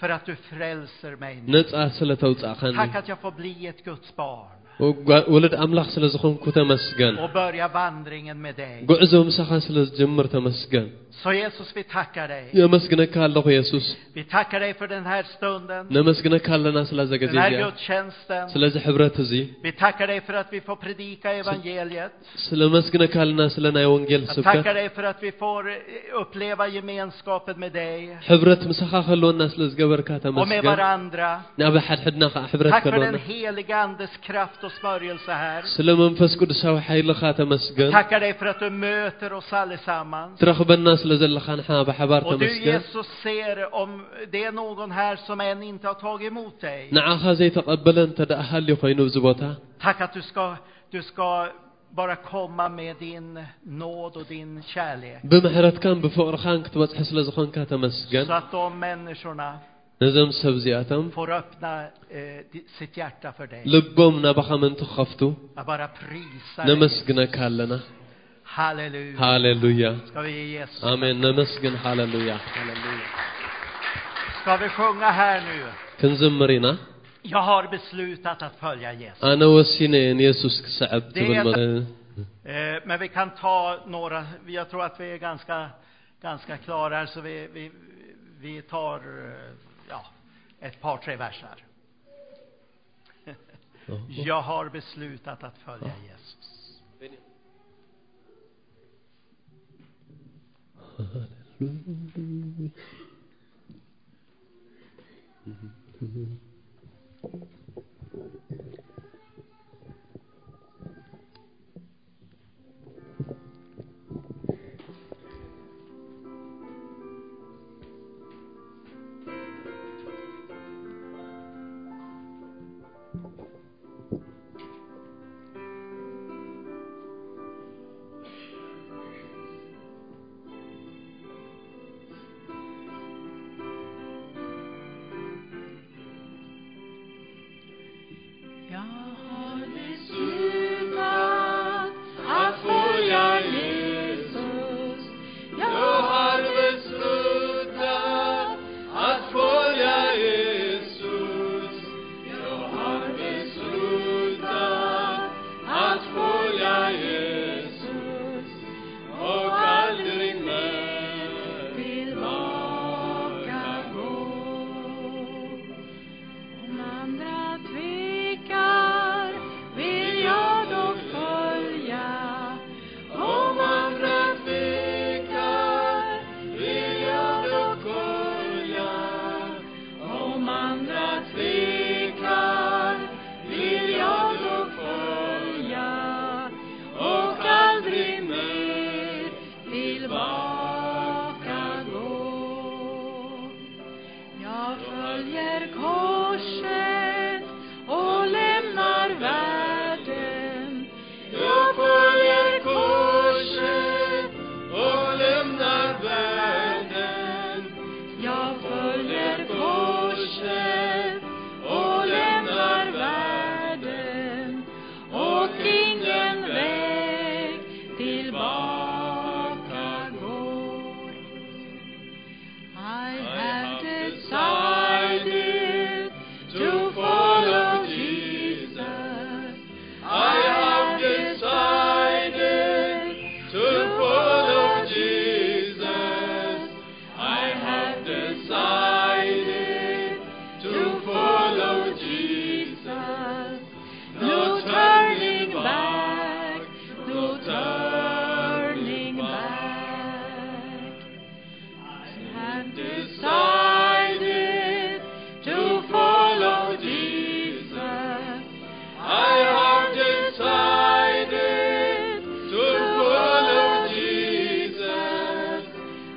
Speaker 1: för att du frälser mig nu.
Speaker 2: ነፃ ስለ ተውፃእኸኒ
Speaker 1: Tack att jag får bli ett Guds barn
Speaker 2: ወጋ- ወለድ ኣምላኽ ስለ ዝኾንኩ ተመስገን
Speaker 1: och börja vandringen med dig.
Speaker 2: ጉዕዞ ምሳኻ ስለ ዝጀምር ተመስገን
Speaker 1: Så Jesus, vi tackar dig.
Speaker 2: የመስግነካ ኣለኹ የሱስ
Speaker 1: Vi tackar dig för den här stunden,
Speaker 2: ነመስግነካ ኣለና ስላዘ ግዜ
Speaker 1: den här
Speaker 2: እዚኣ
Speaker 1: gudstjänsten.
Speaker 2: ስለዚ ሕብረት እዚ
Speaker 1: Vi tackar dig för att vi får predika evangeliet.
Speaker 2: ስለመስግነካ ኣለና ስለ ናይ ወንጌል
Speaker 1: Jag
Speaker 2: ስብከት
Speaker 1: tackar dig för att vi får eh, uppleva gemenskapen med dig
Speaker 2: ሕብረት ምሳኻ ክህልወና ስለ ዝገበርካ
Speaker 1: och med
Speaker 2: ተመስገን
Speaker 1: varandra.
Speaker 2: ናብ ሓድሕድና ከዓ ሕብረት
Speaker 1: Tack för den
Speaker 2: ከልወና
Speaker 1: heliga Andes kraft och smörjelse här.
Speaker 2: ስለ መንፈስ ቅዱሳዊ ሓይልኻ ተመስገን
Speaker 1: Tackar dig för att du möter oss allesammans.
Speaker 2: ትረኽበና ስለ ዘለኻ ንሕና ብሓባር
Speaker 1: Och du
Speaker 2: ተመስገን
Speaker 1: Jesus ser om det är någon här som än inte har tagit emot dig.
Speaker 2: ንዓኻ ዘይተቐበለ እንተ ደኣ ሃልዩ ኮይኑ እዚ ቦታ
Speaker 1: Tack att du ska, du ska bara komma med din nåd och din kärlek.
Speaker 2: ብምሕረትካን ብፍቕርኻን ክትበፅሒ ስለ ዝኾንካ ተመስገን
Speaker 1: Så att de människorna
Speaker 2: ነዞም ሰብ እዚኣቶም
Speaker 1: får öppna eh, di- sitt hjärta för dig.
Speaker 2: ልቦም ናባኻ ምእንቲ ክኸፍቱ
Speaker 1: Jag bara prisar dig.
Speaker 2: ነመስግነካ ኣለና
Speaker 1: Halleluja.
Speaker 2: ሃሌሉያ
Speaker 1: Ska vi ge Jesus
Speaker 2: ኣሜን ነመስግን ሃሌሉያ
Speaker 1: Ska vi sjunga här nu?
Speaker 2: ክንዝምር ኢና
Speaker 1: Jag har beslutat att följa Jesus.
Speaker 2: ኣነ ወሲነ እየ ንየሱስ ክስዕብ ትብል መ-
Speaker 1: Eh, Men vi kan ta några, jag tror att vi är ganska, ganska klara här, så vi, vi, vi tar eh, ja, ett par, tre verser. Jag har beslutat att följa Jesus.
Speaker 2: أه.
Speaker 3: Jag har beslutat att följa Jesus. Jag har beslutat att följa Jesus. Jag har beslutat att följa Jesus och aldrig mer tillbaka gå. Om andra tvekar vill jag dock följa. Om andra tvekar vill jag dock följa. Om andra tvekar vill jag dock följa. Och aldrig mer tillbaka gå. Jag följer korset och lämnar världen. Jag följer korset och lämnar världen. Jag följer korset och lämnar världen. Och ingen väg tillbaka går. I have decided to follow Jesus. I have decided to follow Jesus. I have decided to follow Jesus. No turning back, no turning back. And decided to follow Jesus. I have decided to follow Jesus.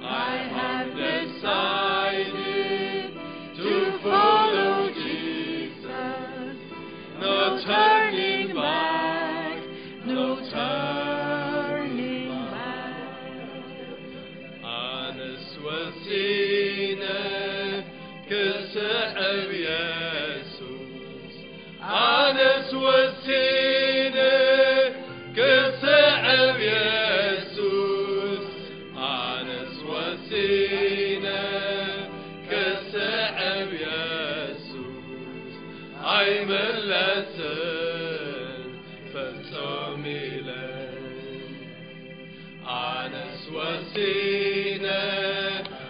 Speaker 3: I have decided to follow Jesus. No turning back, no turning back. أنس وسينا كسحب يسوس أنس وسينا كسحب يسوس أنس وسينا كسحب يسوس أيمن لسان فتصمي لن أنس وسينا